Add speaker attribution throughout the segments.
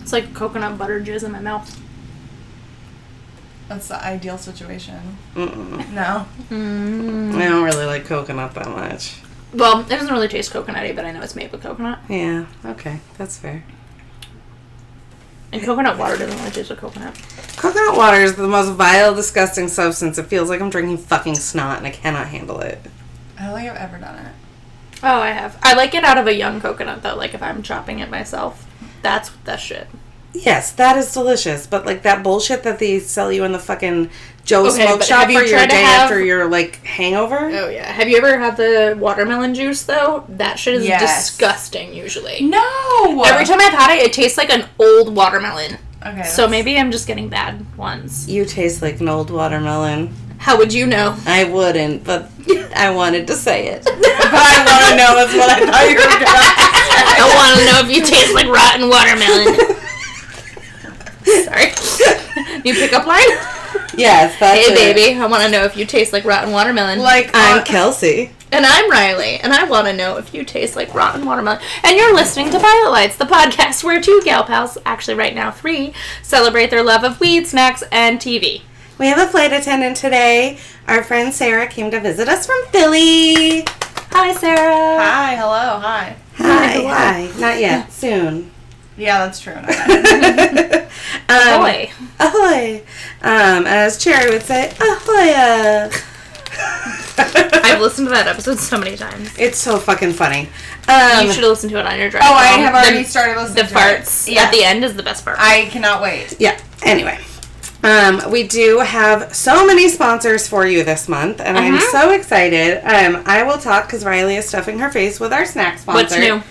Speaker 1: It's like coconut butter jizz in my mouth.
Speaker 2: That's the ideal situation. No.
Speaker 3: I don't really like coconut that much.
Speaker 1: Well, it doesn't really taste coconutty, but I know it's made with coconut.
Speaker 3: Yeah, okay, that's fair.
Speaker 1: And coconut water doesn't really taste like coconut.
Speaker 3: Coconut water is the most vile, disgusting substance. It feels like I'm drinking fucking snot and I cannot handle it.
Speaker 2: I don't think I've ever done it.
Speaker 1: Oh, I have. I like it out of a young coconut though. Like if I'm chopping it myself, that's that shit.
Speaker 3: Yes, that is delicious, but like that bullshit that they sell you in the fucking Joe
Speaker 1: Okay,
Speaker 3: Smoke
Speaker 1: but
Speaker 3: Shop
Speaker 1: have
Speaker 3: for
Speaker 1: you
Speaker 3: your
Speaker 1: tried to
Speaker 3: day
Speaker 1: have-
Speaker 3: after your like hangover.
Speaker 1: Oh yeah. Have you ever had the watermelon juice though? That shit is
Speaker 2: Yes.
Speaker 1: disgusting. Usually.
Speaker 2: No!
Speaker 1: Every time I've had it, it tastes like an old watermelon.
Speaker 2: Okay.
Speaker 1: So
Speaker 2: that's-
Speaker 1: maybe I'm just getting bad ones.
Speaker 3: You taste like an old watermelon.
Speaker 1: How would you know?
Speaker 3: I wouldn't, but I wanted to say it. I want to know. That's what I thought you were gonna.
Speaker 1: I want to know if you taste like rotten watermelon. Sorry. You pick up line?
Speaker 3: Yes, that's
Speaker 1: Hey,
Speaker 3: it.
Speaker 1: baby, I want to know if you taste like rotten watermelon.
Speaker 2: Like,
Speaker 3: I'm
Speaker 2: uh,
Speaker 3: Kelsey.
Speaker 1: and I'm Riley, and I want to know if you taste like rotten watermelon. And you're listening to Violet Lights, the podcast where two gal pals, actually right now three, celebrate their love of weed, snacks, and TV.
Speaker 3: We have a flight attendant today. Our friend Sarah came to visit us from Philly.
Speaker 1: Hi, Sarah.
Speaker 2: Hi, hello, hi.
Speaker 3: Hi, hi. Not yet. Soon.
Speaker 2: Yeah, that's true. No,
Speaker 3: Um,
Speaker 1: Boy.
Speaker 3: Ahoy! Um, as Cherry would say, ahoy!
Speaker 1: I've listened to that episode so many times.
Speaker 3: it's so fucking funny. Um,
Speaker 1: you should listen to it on your drive.
Speaker 2: Oh, I
Speaker 1: home.
Speaker 2: have already
Speaker 1: The,
Speaker 2: started
Speaker 1: the
Speaker 2: listening to
Speaker 1: farts
Speaker 2: It. Yeah.
Speaker 1: at the end is the best part.
Speaker 2: I cannot wait.
Speaker 3: yeah. Anyway, um, we do have so many sponsors for you this month, and I'm
Speaker 1: Uh-huh.
Speaker 3: so excited. Um, I will talk because Riley is stuffing her face with our snack sponsor.
Speaker 1: What's new?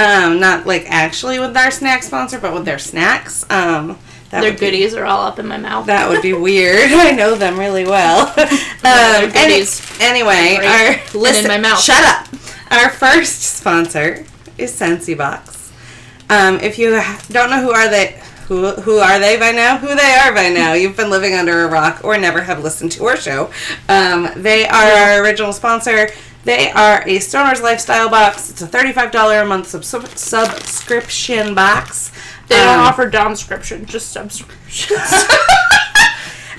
Speaker 3: Um, not like actually with our snack sponsor, but with their snacks. Um, that
Speaker 1: Their
Speaker 3: would be-
Speaker 1: goodies are all up in my mouth.
Speaker 3: That would be weird. I know them really well. Um, any-
Speaker 1: goodies.
Speaker 3: anyway,
Speaker 1: Great. And
Speaker 3: our
Speaker 1: in
Speaker 3: listen,
Speaker 1: my mouth.
Speaker 3: Shut up. Our first sponsor is Sensi Box. Um, if you ha- don't know who are they, who who are they by now? Who they are by now? You've been living under a rock or never have listened to our show. Um, they are our original sponsor. They are a Stoner's Lifestyle box. It's a thirty-five dollar a month subs- subscription box.
Speaker 1: they don't
Speaker 3: Um,
Speaker 1: offer downscription, just subscriptions.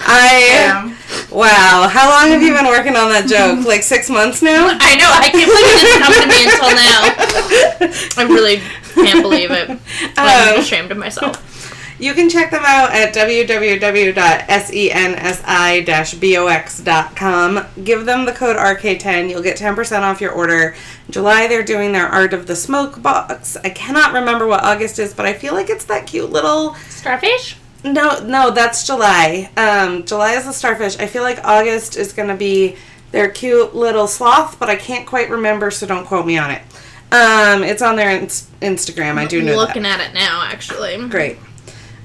Speaker 3: I
Speaker 2: Um,
Speaker 3: Wow, how long have you been working on that joke? Like six months now?
Speaker 1: I know. I can't believe it didn't come to me until now. I really can't believe it. I'm
Speaker 3: Um,
Speaker 1: ashamed of myself.
Speaker 3: You can check them out at E www.sensi-box.com. Give them the code RK10. You'll get 10% off your order. July, they're doing their Art of the Smoke box. I cannot remember what August is, but I feel like it's that cute little
Speaker 1: Starfish?
Speaker 3: No, no, that's July. Um, July is the starfish. I feel like August is going to be their cute little sloth, but I can't quite remember, so don't quote me on it. Um, it's on their ins- Instagram. I do
Speaker 1: I'm
Speaker 3: know
Speaker 1: looking
Speaker 3: that.
Speaker 1: at it now, actually.
Speaker 3: Great.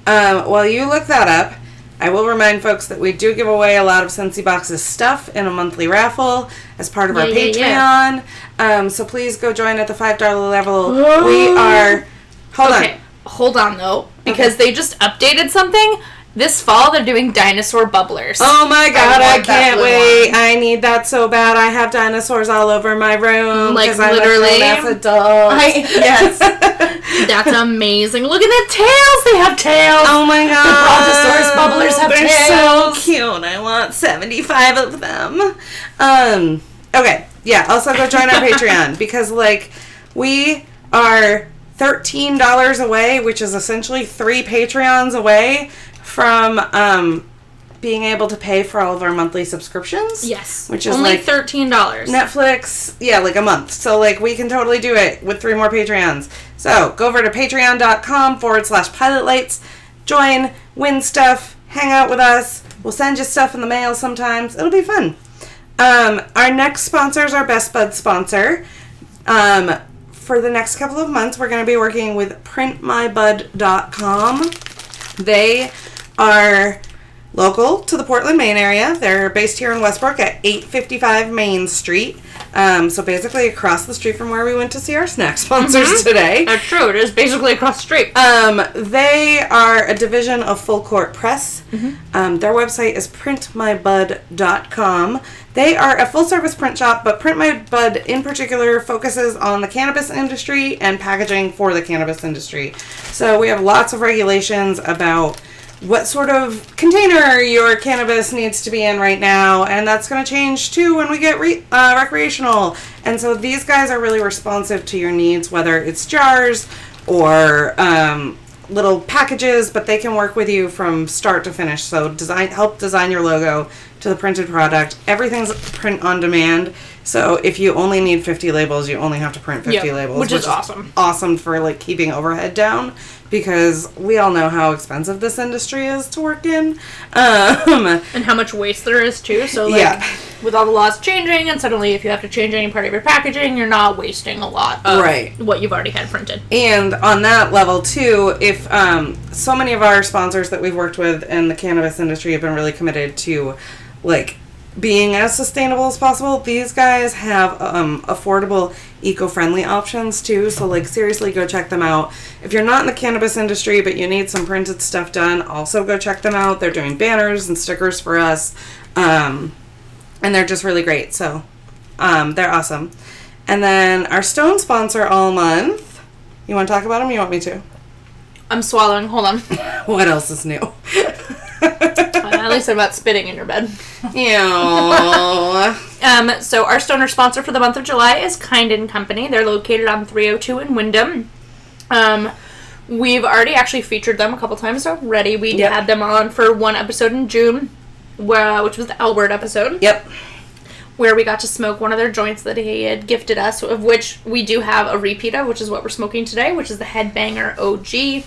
Speaker 3: Um, while you look that up, I will remind folks that we do give away a lot of Scentsy Box's stuff in a monthly raffle as part of our
Speaker 1: Yeah,
Speaker 3: Patreon.
Speaker 1: yeah, yeah.
Speaker 3: Um, so please go join at the five dollar level. we are. Hold
Speaker 1: Okay,
Speaker 3: on.
Speaker 1: hold on though, because they just updated something. This fall, they're doing dinosaur bubblers.
Speaker 3: Oh my god, I,
Speaker 2: want that
Speaker 3: can't
Speaker 2: blue
Speaker 3: wait. I need that so bad. I have dinosaurs all over my room.
Speaker 1: Like,
Speaker 3: 'cause I'm
Speaker 1: literally.
Speaker 3: A grown-ass adult.
Speaker 2: yes.
Speaker 1: That's amazing. Look at the tails. They have tails.
Speaker 3: oh my god.
Speaker 1: brontosaurus bubblers have
Speaker 3: They're
Speaker 1: tails.
Speaker 3: so cute. I want 75 of them. Um, okay. Yeah, also go join our Patreon because, like, we are $13 away, which is essentially three Patreons away from, um, being able to pay for all of our monthly subscriptions.
Speaker 1: Yes.
Speaker 3: Which is
Speaker 1: only
Speaker 3: like-
Speaker 1: thirteen dollars.
Speaker 3: Netflix, yeah, like a month. So like we can totally do it with three more Patreons. So go over to patreon.com forward slash pilot lights. join, win stuff, hang out with us. We'll send you stuff in the mail sometimes. It'll be fun. Um, our next sponsor is our Best Bud sponsor. Um, for the next couple of months, we're going to be working with printmybud.com. They are local to the Portland, Maine area. They're based here in Westbrook at 855 Main Street. Um, so basically across the street from where we went to see our snack sponsors today.
Speaker 1: That's true. It is basically across the street.
Speaker 3: Um, they are a division of Full Court Press. Um, their website is printmybud.com. They are a full service print shop, but Print My Bud in particular focuses on the cannabis industry and packaging for the cannabis industry. So we have lots of regulations about what sort of container your cannabis needs to be in right now, and that's going to change too when we get re- uh, recreational. And so these guys are really responsive to your needs, whether it's jars or um, little packages, but they can work with you from start to finish. So design help design your logo to the printed product. Everything's print on demand. So if you only need 50 labels, you only have to print 50
Speaker 1: Yep,
Speaker 3: labels,
Speaker 1: which is awesome.
Speaker 3: Awesome for like keeping overhead down because we all know how expensive this industry is to work in. Um,
Speaker 1: and how much waste there is too. So like
Speaker 3: Yeah.
Speaker 1: with all the laws changing and suddenly if you have to change any part of your packaging, you're not wasting a lot of
Speaker 3: Right.
Speaker 1: what you've already had printed.
Speaker 3: And on that level too, if um, so many of our sponsors that we've worked with in the cannabis industry have been really committed to, like, being as sustainable as possible. These guys have um, affordable, eco-friendly options too. So like, seriously, go check them out. If you're not in the cannabis industry but you need some printed stuff done, also go check them out. They're doing banners and stickers for us, um, and they're just really great. So um, they're awesome. And then our stone sponsor all month. You want to talk about them? You want me to?
Speaker 1: I'm swallowing. Hold on.
Speaker 3: What else is new?
Speaker 1: At least I'm not spitting in your bed.
Speaker 3: Ew.
Speaker 1: Um, so our stoner sponsor for the month of July is Kind and Company. They're located on 302 in Wyndham. Um, we've already actually featured them a couple times already. We
Speaker 3: Yep.
Speaker 1: had them on for one episode in June, where, which was the Albert episode,
Speaker 3: yep.
Speaker 1: where we got to smoke one of their joints that he had gifted us, of which we do have a repeat of, which is what we're smoking today, which is the Headbanger OG.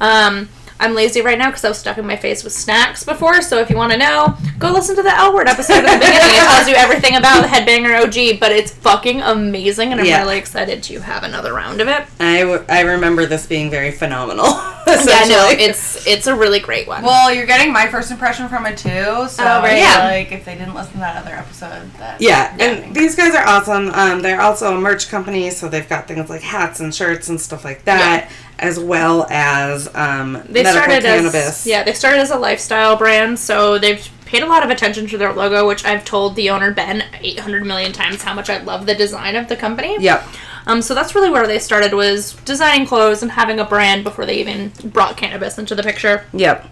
Speaker 1: Um, I'm lazy right now because I was stuck in my face with snacks before. So if you want to know, go listen to the L Word episode at the beginning. It tells you everything about the Headbanger OG, but it's fucking amazing, and I'm
Speaker 3: Yeah.
Speaker 1: really excited to have another round of it.
Speaker 3: I, w- I remember this being very phenomenal.
Speaker 1: Yeah, no,
Speaker 3: essentially.
Speaker 1: it's it's a really great one.
Speaker 2: Well, you're getting my first impression from it too, so
Speaker 1: Oh, right. Yeah.
Speaker 2: like if they didn't listen to that other episode, that
Speaker 3: Yeah, and these guys are awesome. Um, they're also a merch company, so they've got things like hats and shirts and stuff like that, as well as um,
Speaker 1: they
Speaker 3: medical
Speaker 1: started
Speaker 3: cannabis.
Speaker 1: as yeah they started as a lifestyle brand so they've paid a lot of attention to their logo which i've told the owner ben 800 million times how much i love the design of the company
Speaker 3: Yep.
Speaker 1: um, so that's really where they started was designing clothes and having a brand before they even brought cannabis into the picture
Speaker 3: Yep.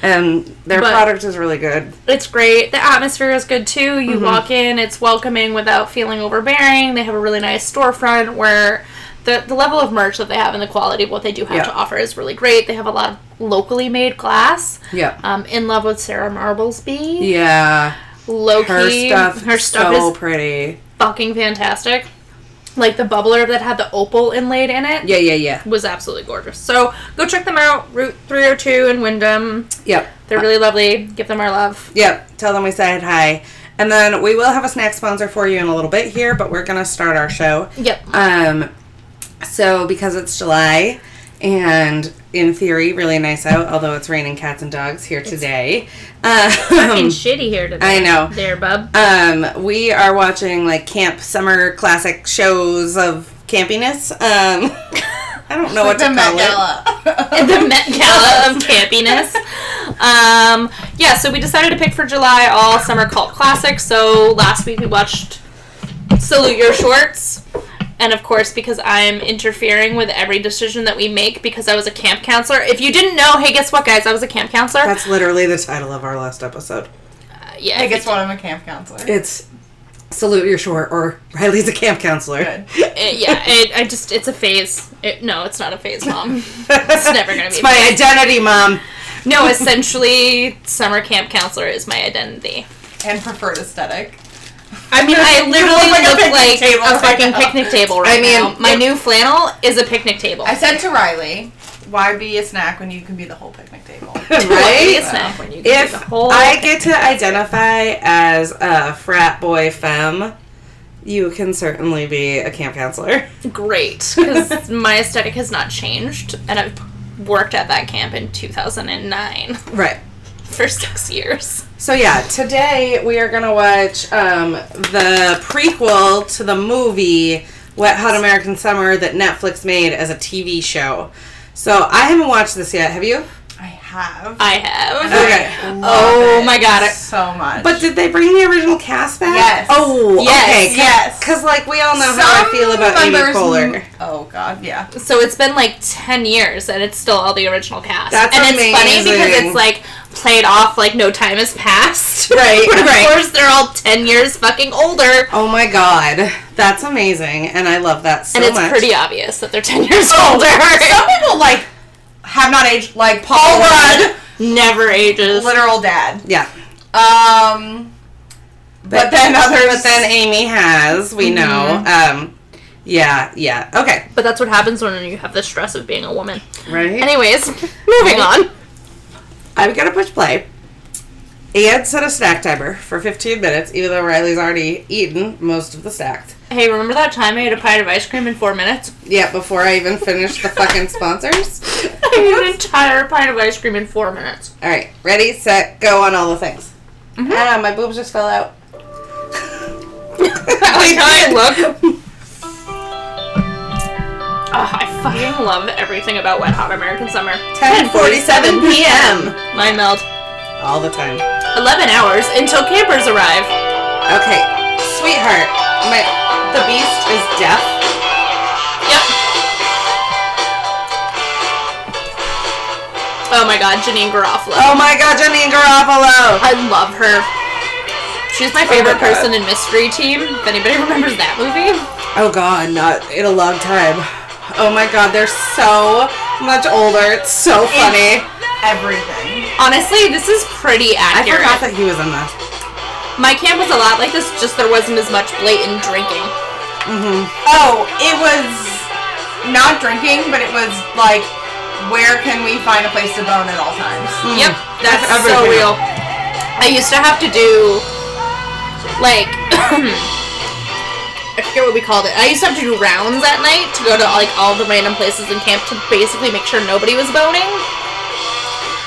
Speaker 3: And their
Speaker 1: But-
Speaker 3: product is really good.
Speaker 1: it's great the atmosphere is good too you
Speaker 3: Mm-hmm.
Speaker 1: walk in it's welcoming without feeling overbearing they have a really nice storefront where the, the level of merch that they have and the quality of what they do have
Speaker 3: Yeah.
Speaker 1: to offer is really great they have a lot of locally made glass
Speaker 3: Yep.
Speaker 1: um, in love with Sarah Marblesby.
Speaker 3: yeah.
Speaker 1: Low
Speaker 3: Her
Speaker 1: key,
Speaker 3: stuff.
Speaker 1: her stuff
Speaker 3: so
Speaker 1: is
Speaker 3: pretty.
Speaker 1: fucking fantastic. Like the bubbler that had the opal inlaid in it
Speaker 3: Yeah, yeah, yeah.
Speaker 1: was absolutely gorgeous. So go check them out, Route 302 in Wyndham.
Speaker 3: Yep.
Speaker 1: They're really lovely. Give them our love.
Speaker 3: Yep. Tell them we said hi. And then we will have a snack sponsor for you in a little bit here, but we're going to start our show.
Speaker 1: Yep.
Speaker 3: Um, so because it's July and in theory really nice out, although it's raining cats and dogs here today.
Speaker 1: Fucking
Speaker 3: Um,
Speaker 1: shitty here today.
Speaker 3: I know.
Speaker 1: There, bub.
Speaker 3: Um, we are watching like camp summer classic shows of campiness. Um, I don't know what
Speaker 2: the
Speaker 3: to
Speaker 2: Met
Speaker 3: call it.
Speaker 2: Gala.
Speaker 1: the Met Gala of campiness. Um, yeah, so we decided to pick for July all summer cult classics. So last week we watched Salute Your Shorts. And of course, because I'm interfering with every decision that we make because I was a camp counselor. If you didn't know, hey, guess what, guys? I was a camp counselor.
Speaker 3: That's literally the title of our last episode.
Speaker 1: Uh, yeah,
Speaker 2: I guess what I'm a camp counselor.
Speaker 3: It's salute your short or Riley's a camp counselor.
Speaker 2: Good.
Speaker 1: it- yeah, it, I just, it's a phase. It, no, it's not a phase, mom.
Speaker 3: it's
Speaker 1: never gonna be
Speaker 3: It's my identity, mom.
Speaker 1: no, essentially, summer camp counselor is my identity.
Speaker 2: And preferred aesthetic.
Speaker 1: I mean, I literally
Speaker 2: Like a
Speaker 1: look
Speaker 2: picnic
Speaker 1: like
Speaker 2: table
Speaker 1: a
Speaker 2: right
Speaker 1: fucking
Speaker 2: now.
Speaker 1: picnic table right
Speaker 3: I mean,
Speaker 1: now. My new flannel is a picnic table.
Speaker 2: I said to Riley, why be a snack when you can be the whole picnic table?
Speaker 1: Be a
Speaker 3: right?
Speaker 1: snack when you get
Speaker 3: If
Speaker 1: the whole.
Speaker 3: I get to identify as a frat boy femme, you can certainly be a camp counselor.
Speaker 1: great because my aesthetic has not changed, and I've worked at that camp in 2009
Speaker 3: Right.
Speaker 1: for six years.
Speaker 3: So yeah, today we are gonna watch um, the prequel to the movie Wet Hot American Summer that Netflix made as a TV show. So I haven't watched this yet. Have you?
Speaker 2: I have.
Speaker 1: I have.
Speaker 3: Okay.
Speaker 2: I love
Speaker 1: Oh
Speaker 2: it
Speaker 1: my God.
Speaker 2: So much.
Speaker 3: But did they bring the original cast back?
Speaker 2: Yes.
Speaker 3: Oh,
Speaker 1: Yes,
Speaker 3: okay.
Speaker 2: yes.
Speaker 3: Because like we all know how I feel about
Speaker 2: Some
Speaker 3: Amy
Speaker 2: members-
Speaker 3: Poehler.
Speaker 2: Oh god, yeah.
Speaker 1: So it's been like 10 years and it's still all the original cast.
Speaker 3: That's
Speaker 1: and it's funny
Speaker 3: amazing.
Speaker 1: because it's like played off like no time has passed.
Speaker 3: Right,
Speaker 1: but of
Speaker 3: right.
Speaker 1: course they're all 10 years fucking older.
Speaker 3: Oh my god, that's amazing, and I love that so
Speaker 1: and it's
Speaker 3: much.
Speaker 1: pretty obvious that they're 10 years
Speaker 2: Some
Speaker 1: older.
Speaker 2: people like have not aged like Paul Rudd,
Speaker 1: Never ages.
Speaker 2: literal dad.
Speaker 3: Yeah.
Speaker 2: Um but then others
Speaker 3: But then Mm-hmm. Amy has. We know. Um, yeah. Yeah. Okay.
Speaker 1: But that's what happens when you have the stress of being a woman.
Speaker 3: Right.
Speaker 1: Anyways, moving on.
Speaker 3: I've got to push play. And set a snack timer for 15 minutes, even though Riley's already eaten most of the snack.
Speaker 1: Hey, remember that time I ate a pint of ice cream in four minutes?
Speaker 3: Yeah, before I even finished the fucking sponsors.
Speaker 1: I ate an entire pint of ice cream in four minutes.
Speaker 3: All right, ready, set, go on all the things.
Speaker 1: Mm-hmm.
Speaker 3: Ah, my boobs just fell out.
Speaker 1: Like how I look. Oh, I fucking love everything about Wet Hot American Summer.
Speaker 3: 10:47 p.m.
Speaker 1: Mind meld.
Speaker 3: All the time.
Speaker 1: 11 hours until campers arrive.
Speaker 3: Okay, sweetheart, my the beast is deaf.
Speaker 1: Yep. Oh my god, Janine Garofalo.
Speaker 3: Oh my God, Janine Garofalo.
Speaker 1: I love her. She's my favorite
Speaker 3: Oh God.
Speaker 1: person in Mystery Team. If anybody remembers that movie,
Speaker 3: Oh God, not in a long time. Oh my God, they're so much older. It's so funny.
Speaker 2: everything.
Speaker 1: honestly, this is pretty
Speaker 3: I
Speaker 1: accurate.
Speaker 3: forgot that he was in this.
Speaker 1: My camp was a lot like this, just there wasn't as much blatant drinking.
Speaker 2: Oh, it was not drinking, but it was like where can we find a place to bone at all times?
Speaker 1: Yep, that's
Speaker 3: Hmm. That's
Speaker 1: so
Speaker 3: everything.
Speaker 1: real. I used to have to do like I forget what we called it. I used to have to do rounds that night to go to like all the random places in camp to basically make sure nobody was boning.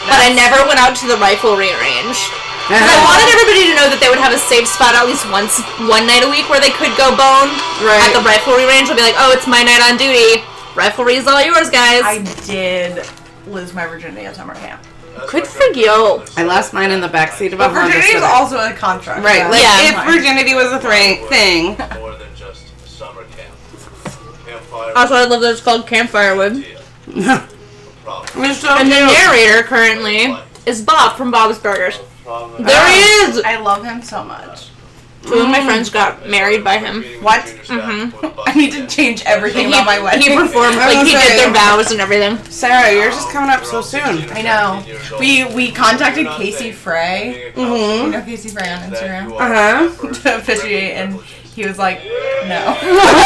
Speaker 1: But I never went out to the riflery range. 'Cause I wanted everybody to know that they would have a safe spot at least once, one night a week where they could go bone
Speaker 3: Right.
Speaker 1: at the riflery range. I'll be like, oh, it's my night on duty. Riflery is all yours, guys.
Speaker 2: I did lose my virginity at summer camp.
Speaker 1: Good for you.
Speaker 3: I lost mine in the backseat of a
Speaker 2: But
Speaker 3: Honda
Speaker 2: virginity is
Speaker 3: Civic.
Speaker 2: also a contract.
Speaker 3: Right,
Speaker 2: so
Speaker 3: like
Speaker 1: Yeah.
Speaker 3: if virginity was a thra- thing.
Speaker 4: more than just a summer camp. Campfire
Speaker 1: Also, I love that it's called Campfirewood.
Speaker 4: problem.
Speaker 3: It's so
Speaker 1: And the
Speaker 3: cute.
Speaker 1: narrator currently is Bob from Bob's Burgers.
Speaker 4: Problem.
Speaker 1: There he is!
Speaker 2: I love him so much.
Speaker 1: Two of my friends got married by him.
Speaker 2: What?
Speaker 4: Mm-hmm.
Speaker 2: I need to change everything about my
Speaker 1: He
Speaker 2: wedding.
Speaker 1: performed, Oh,
Speaker 3: I was
Speaker 1: like, he
Speaker 3: saying-
Speaker 1: did their vows and everything.
Speaker 3: Sarah, you're just coming up so soon.
Speaker 2: I know. We we contacted Casey Frey. You
Speaker 3: Oh
Speaker 2: know Casey Frey on Instagram.
Speaker 3: Mm-hmm. Uh-huh.
Speaker 2: To officiate, and he was like, no.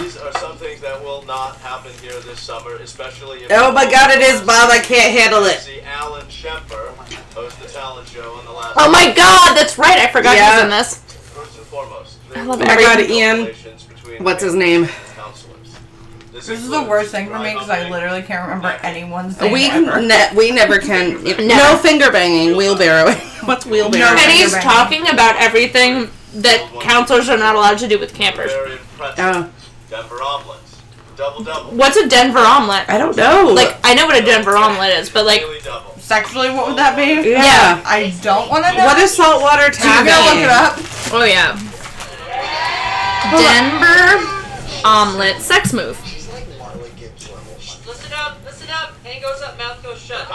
Speaker 4: These are some things that will not happen here this summer, especially if
Speaker 3: Oh my god, it is Bob. I can't handle it.
Speaker 4: See, Alan Shepard host the talent show on the last.
Speaker 1: Oh my god, that's right, I forgot he
Speaker 3: Yeah.
Speaker 1: was in this.
Speaker 4: First and foremost,
Speaker 1: I love
Speaker 3: Oh my god,
Speaker 4: there are
Speaker 3: Ian.
Speaker 4: relations between
Speaker 3: What's his
Speaker 4: parents
Speaker 3: name?
Speaker 4: and counselors. This,
Speaker 2: This is the
Speaker 4: includes
Speaker 2: worst thing for me because I
Speaker 4: driving,
Speaker 2: literally can't remember anyone's name.
Speaker 3: We
Speaker 2: ever.
Speaker 3: ne- we never can. No finger banging, wheelbarrowing. What's wheelbarrowing?
Speaker 1: And he's
Speaker 2: Right.
Speaker 1: talking about everything that counselors are not allowed to do with campers.
Speaker 4: Very impressive.
Speaker 3: Oh.
Speaker 4: Denver omelets. Double double.
Speaker 1: What's a Denver omelet?
Speaker 3: I don't
Speaker 2: Oh,
Speaker 3: know.
Speaker 1: Like, I know what a Denver omelet is, but like,
Speaker 4: Daily double.
Speaker 2: Sexually, what would that be?
Speaker 3: yeah.
Speaker 2: I don't want to know.
Speaker 3: What is saltwater
Speaker 2: I'm
Speaker 3: taffy?
Speaker 2: gonna look it up.
Speaker 1: oh yeah. Denver omelet sex move.
Speaker 5: Listen up, listen up. Hand goes up, mouth goes shut.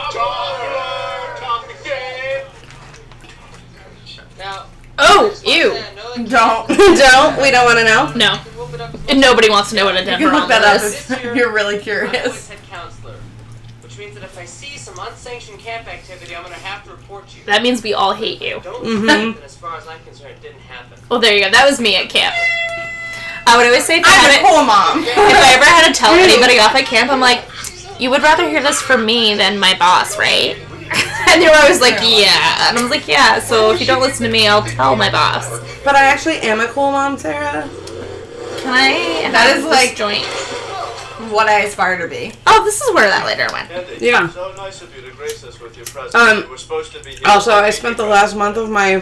Speaker 5: Now,
Speaker 1: Oh, ew.
Speaker 5: yeah, no, like,
Speaker 2: Don't.
Speaker 3: don't. We don't want to know.
Speaker 1: No.
Speaker 5: whoop it up.
Speaker 1: And nobody wants to know what a
Speaker 2: You
Speaker 1: Denver
Speaker 2: can look that
Speaker 1: omelet
Speaker 2: up
Speaker 1: is.
Speaker 2: if you're
Speaker 5: I'm
Speaker 2: really
Speaker 5: always
Speaker 2: curious.
Speaker 5: head counselor, which means that if I see some unsanctioned camp activity, I'm gonna have to report you.
Speaker 1: That Mm-hmm. means we all hate you.
Speaker 5: Don't mm as far as I'm concerned, it didn't happen.
Speaker 1: Well, there you go. That was me at camp. I would always say if I,
Speaker 2: I'm
Speaker 1: had
Speaker 2: a
Speaker 1: it,
Speaker 2: cool mom.
Speaker 1: if I ever had to tell anybody off at camp, I'm like, you would rather hear this from me than my boss, right? and they were always like, yeah. And I was like, yeah, so if you don't listen to me, I'll tell my boss.
Speaker 3: But I actually am a cool mom, Sarah.
Speaker 1: Can I?
Speaker 2: That
Speaker 1: have
Speaker 2: is
Speaker 1: this
Speaker 2: like-
Speaker 1: joint.
Speaker 2: What I aspire to be.
Speaker 1: Oh, this is where that later went.
Speaker 4: Andy,
Speaker 3: Yeah.
Speaker 4: So nice of you to grace us with your presence.
Speaker 3: Um,
Speaker 4: we were supposed to be here.
Speaker 3: Also, I spent the last month of my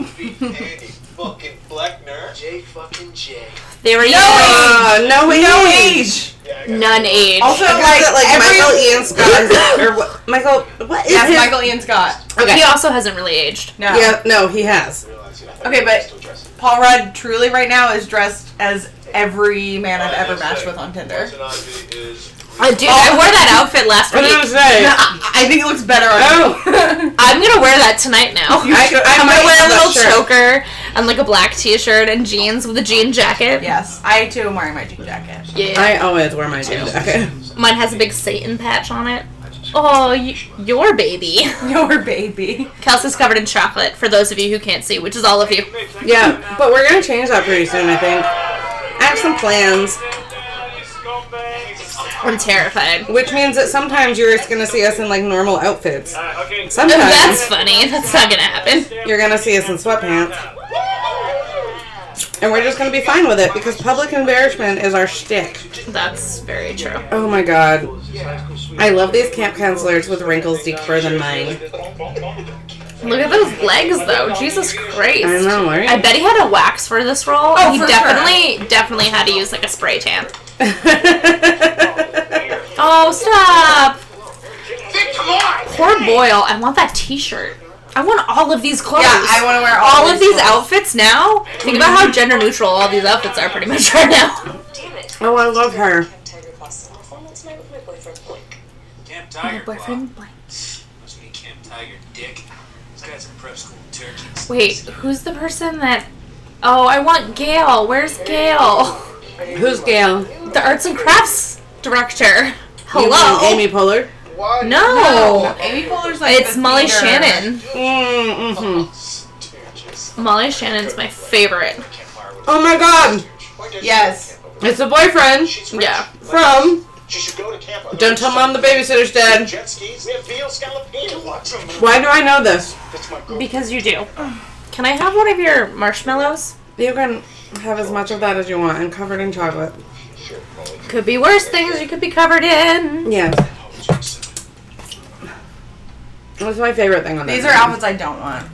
Speaker 4: Andy fucking Blackner. J fucking J.
Speaker 1: They were
Speaker 3: uh, no age. No age.
Speaker 4: Yeah, I got
Speaker 1: using none age.
Speaker 2: Also,
Speaker 3: Like,
Speaker 2: like,
Speaker 3: like
Speaker 2: every,
Speaker 3: Michael Ian Scott or what, Michael what is
Speaker 2: Yes,
Speaker 3: his-
Speaker 2: Michael Ian Scott.
Speaker 3: Okay.
Speaker 1: He also hasn't really aged.
Speaker 2: No.
Speaker 3: Yeah, no, he has.
Speaker 4: to realize you.
Speaker 2: Okay, but- Paul Rudd truly right now is dressed as every man I've ever matched with on Tinder.
Speaker 4: Poison Ivy is.
Speaker 1: Uh, dude, I wore that outfit last
Speaker 3: What did I
Speaker 1: week.
Speaker 3: say?
Speaker 2: No, I, I think it looks better on
Speaker 3: Oh.
Speaker 2: you.
Speaker 1: I'm gonna wear that tonight now.
Speaker 3: You should- I
Speaker 1: I'm
Speaker 3: might
Speaker 1: gonna wear
Speaker 3: have
Speaker 1: a
Speaker 3: that
Speaker 1: little
Speaker 3: shirt.
Speaker 1: choker and like a black t-shirt and jeans with a jean jacket.
Speaker 2: yes, I too am wearing my jean jacket.
Speaker 1: Yeah.
Speaker 3: I always wear my jeans. Okay.
Speaker 1: Mine has a big Satan patch on it. Oh, y- your baby.
Speaker 2: Your baby.
Speaker 1: Kelsey's covered in chocolate, for those of you who can't see, which is all of you.
Speaker 3: Yeah, but we're gonna change that pretty soon, I think. I have some plans,
Speaker 1: I'm terrified.
Speaker 3: which means that sometimes you're just gonna see us in like normal outfits.
Speaker 6: okay.
Speaker 3: Sometimes
Speaker 1: Oh, That's funny. That's not gonna happen.
Speaker 3: you're gonna see us in sweatpants, and we're just gonna be fine with it because public embarrassment is our shtick.
Speaker 1: That's very true.
Speaker 3: Oh my god, I love these camp counselors with wrinkles deeper than mine.
Speaker 1: Look at those legs, though. Jesus Christ.
Speaker 3: I know, right?
Speaker 1: I bet he had a wax for this role.
Speaker 2: Oh,
Speaker 1: he
Speaker 2: for
Speaker 1: definitely, definitely had to use like a spray tan.
Speaker 3: bet.
Speaker 1: Oh, stop! Poor Boyle. I want that T-shirt. I want all of these clothes.
Speaker 2: Yeah, I want to wear all,
Speaker 1: all of these outfits now. Think about how gender neutral all these outfits are pretty much right now.
Speaker 7: Damn it.
Speaker 3: oh, I love her.
Speaker 7: Have Tiger Claws on my phone. What's my, my boyfriend like?
Speaker 6: Camp Tiger. Claw.
Speaker 1: Boyfriend.
Speaker 6: Must be Camp Tiger Dick. This guy's a prep school turkey.
Speaker 1: Wait, who's the person that? Oh, I want Gail. Where's Gail?
Speaker 3: Who's Gail?
Speaker 1: The arts and crafts director.
Speaker 3: You mean
Speaker 1: Hello.
Speaker 3: Amy Poehler.
Speaker 1: No.
Speaker 2: Amy Poehler's like
Speaker 1: Oh. It's
Speaker 2: the
Speaker 1: Molly
Speaker 2: theater-
Speaker 1: Shannon.
Speaker 3: Mm-hmm.
Speaker 1: Molly Shannon's my favorite.
Speaker 3: Oh my god,
Speaker 2: Yes.
Speaker 3: it's a boyfriend
Speaker 1: Yeah.
Speaker 3: from
Speaker 8: She should go to camp.
Speaker 3: Don't Tell Mom the Babysitter's Dead.
Speaker 8: Jet skis. We have veal scallopini. Watch them.
Speaker 3: Why do I know this?
Speaker 8: That's my girl.
Speaker 1: Because you do. Can I have one of your marshmallows?
Speaker 3: You can have as much of that as you want. I'm covered in chocolate.
Speaker 1: Could be worse things you could be covered in.
Speaker 3: Yes. That's my favorite thing on
Speaker 2: These are
Speaker 3: that menu.
Speaker 2: outfits I don't want.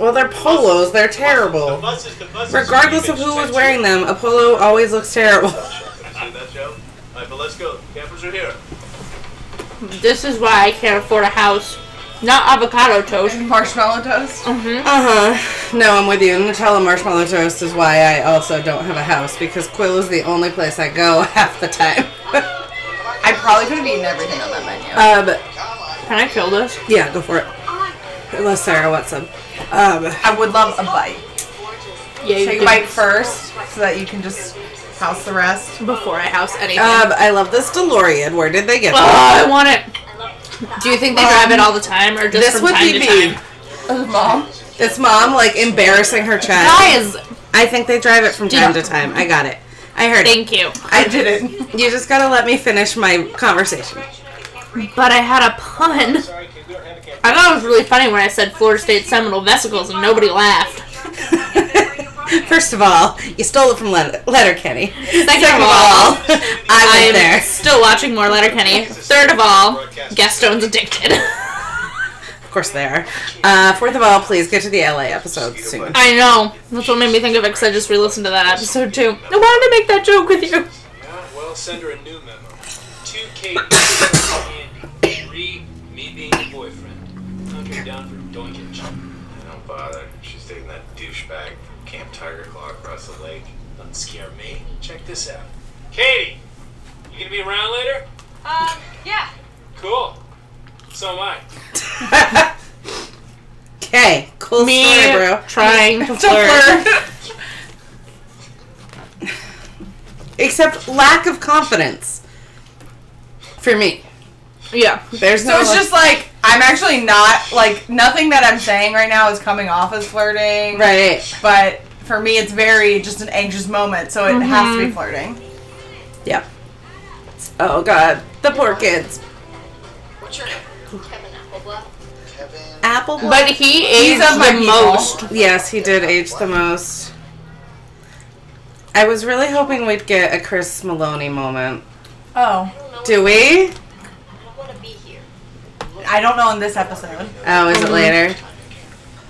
Speaker 3: Well, they're polos. They're
Speaker 6: Oh.
Speaker 3: terrible. Regardless of who was wearing them, a polo always looks terrible.
Speaker 4: See that show? Alright, but let's go. Campers are here.
Speaker 1: This is why I can't afford a house. Not avocado toast.
Speaker 2: Marshmallow toast.
Speaker 3: Uh huh. No, I'm with you. Nutella marshmallow toast is why I also don't have a house because Quill is the only place I go half the time.
Speaker 2: I probably could have eaten everything on that menu.
Speaker 3: um,
Speaker 1: Can I kill this?
Speaker 3: yeah, go for it. Unless Sarah wants some. Um,
Speaker 2: I would love a bite.
Speaker 1: Yeah, you
Speaker 2: Take a
Speaker 1: do.
Speaker 2: bite first so that you can just house the rest.
Speaker 1: before I house anything.
Speaker 3: Um, I love this DeLorean. Where did they get
Speaker 1: oh,
Speaker 3: that?
Speaker 1: I want it. Do you think they drive it all the time, or just
Speaker 3: This
Speaker 1: from
Speaker 3: would
Speaker 1: time
Speaker 3: be
Speaker 1: to
Speaker 3: me.
Speaker 1: time?
Speaker 2: Mom.
Speaker 3: It's mom like embarrassing her child.
Speaker 1: Guys,
Speaker 3: I think they drive it from time to time. I got it. I heard it.
Speaker 1: thank you.
Speaker 3: I did it. You just gotta let me finish my conversation.
Speaker 1: But I had a pun. I thought it was really funny when I said Florida State Seminole vesicles, and nobody laughed.
Speaker 3: First of all, you stole it from Let- Letterkenny.
Speaker 1: Second,
Speaker 3: Second of all, I
Speaker 1: I'm
Speaker 3: was there.
Speaker 1: still watching more Letterkenny. Third of all, Gaston's addicted.
Speaker 3: Of course they are. Uh, fourth of all, please get to the LA episode soon.
Speaker 1: I know. That's what made me think of it because I just re-listened to that episode too. I wanted to make that joke with you.
Speaker 6: Yeah, well, send her a new memo. 2K Andy. 3. Me being your boyfriend. Hunter down for doinkage.
Speaker 4: Don't bother. She's taking that douchebag from Camp Tiger Claw across the lake.
Speaker 6: Don't scare me. Check this out. Katie! You gonna be around later?
Speaker 7: Um, yeah.
Speaker 6: Cool. So am I.
Speaker 3: Okay, cool story, bro.
Speaker 1: trying to flirt.
Speaker 3: Flirt. Except lack of confidence. For me,
Speaker 1: Yeah.
Speaker 3: there's no.
Speaker 2: So it's
Speaker 3: like-
Speaker 2: just like I'm actually not like nothing that I'm saying right now is coming off as flirting.
Speaker 3: right.
Speaker 2: But for me, it's very just an anxious moment, so it has to be flirting.
Speaker 3: Yep. kids. Oh God, the poor kids.
Speaker 7: What's your name? Kevin Appleblatt.
Speaker 8: Kevin.
Speaker 3: Apple.
Speaker 1: But he aged
Speaker 2: of my
Speaker 1: the
Speaker 2: people.
Speaker 1: most.
Speaker 3: Yes, he did age the most. I was really hoping we'd get a Chris Maloney moment.
Speaker 2: Oh,
Speaker 7: I don't know.
Speaker 3: Do we?
Speaker 7: I don't want to be here.
Speaker 2: I don't know in this episode.
Speaker 3: Oh, is it later?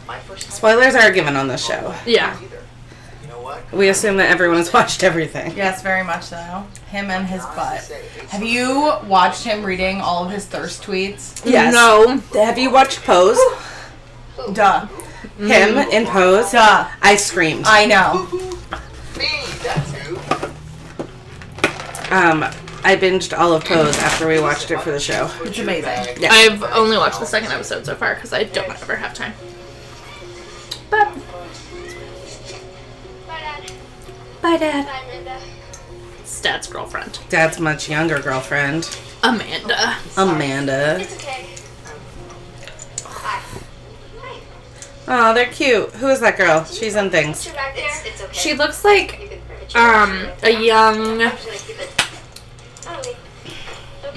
Speaker 8: My first time
Speaker 3: Spoilers are given on this show.
Speaker 1: Yeah.
Speaker 8: either. You know what?
Speaker 3: We assume that everyone has watched everything.
Speaker 2: Yes, very much so. Him and his butt. Have you watched him reading all of his thirst tweets?
Speaker 3: Yes.
Speaker 1: No.
Speaker 3: Have you watched Pose?
Speaker 2: Duh.
Speaker 3: Him in Pose?
Speaker 2: Duh.
Speaker 3: I screamed.
Speaker 2: I know.
Speaker 8: Me, that's who.
Speaker 3: Um, I binged all of Pose after we watched it for the show.
Speaker 2: It's amazing.
Speaker 3: Yeah.
Speaker 1: I've only watched the second episode so far because I don't ever have time. But
Speaker 7: Bye, Dad.
Speaker 1: bye, Dad.
Speaker 7: Bye, Amanda.
Speaker 1: It's Dad's girlfriend,
Speaker 3: Dad's much younger girlfriend,
Speaker 1: Amanda.
Speaker 3: Amanda.
Speaker 7: It's okay. Hi. Hi.
Speaker 3: Oh, they're cute. Who is that girl? She's in things.
Speaker 7: You're back there. It's, it's okay.
Speaker 1: She looks like
Speaker 7: You can pretty
Speaker 1: um a young.
Speaker 7: Actually, keep it. Oh, wait.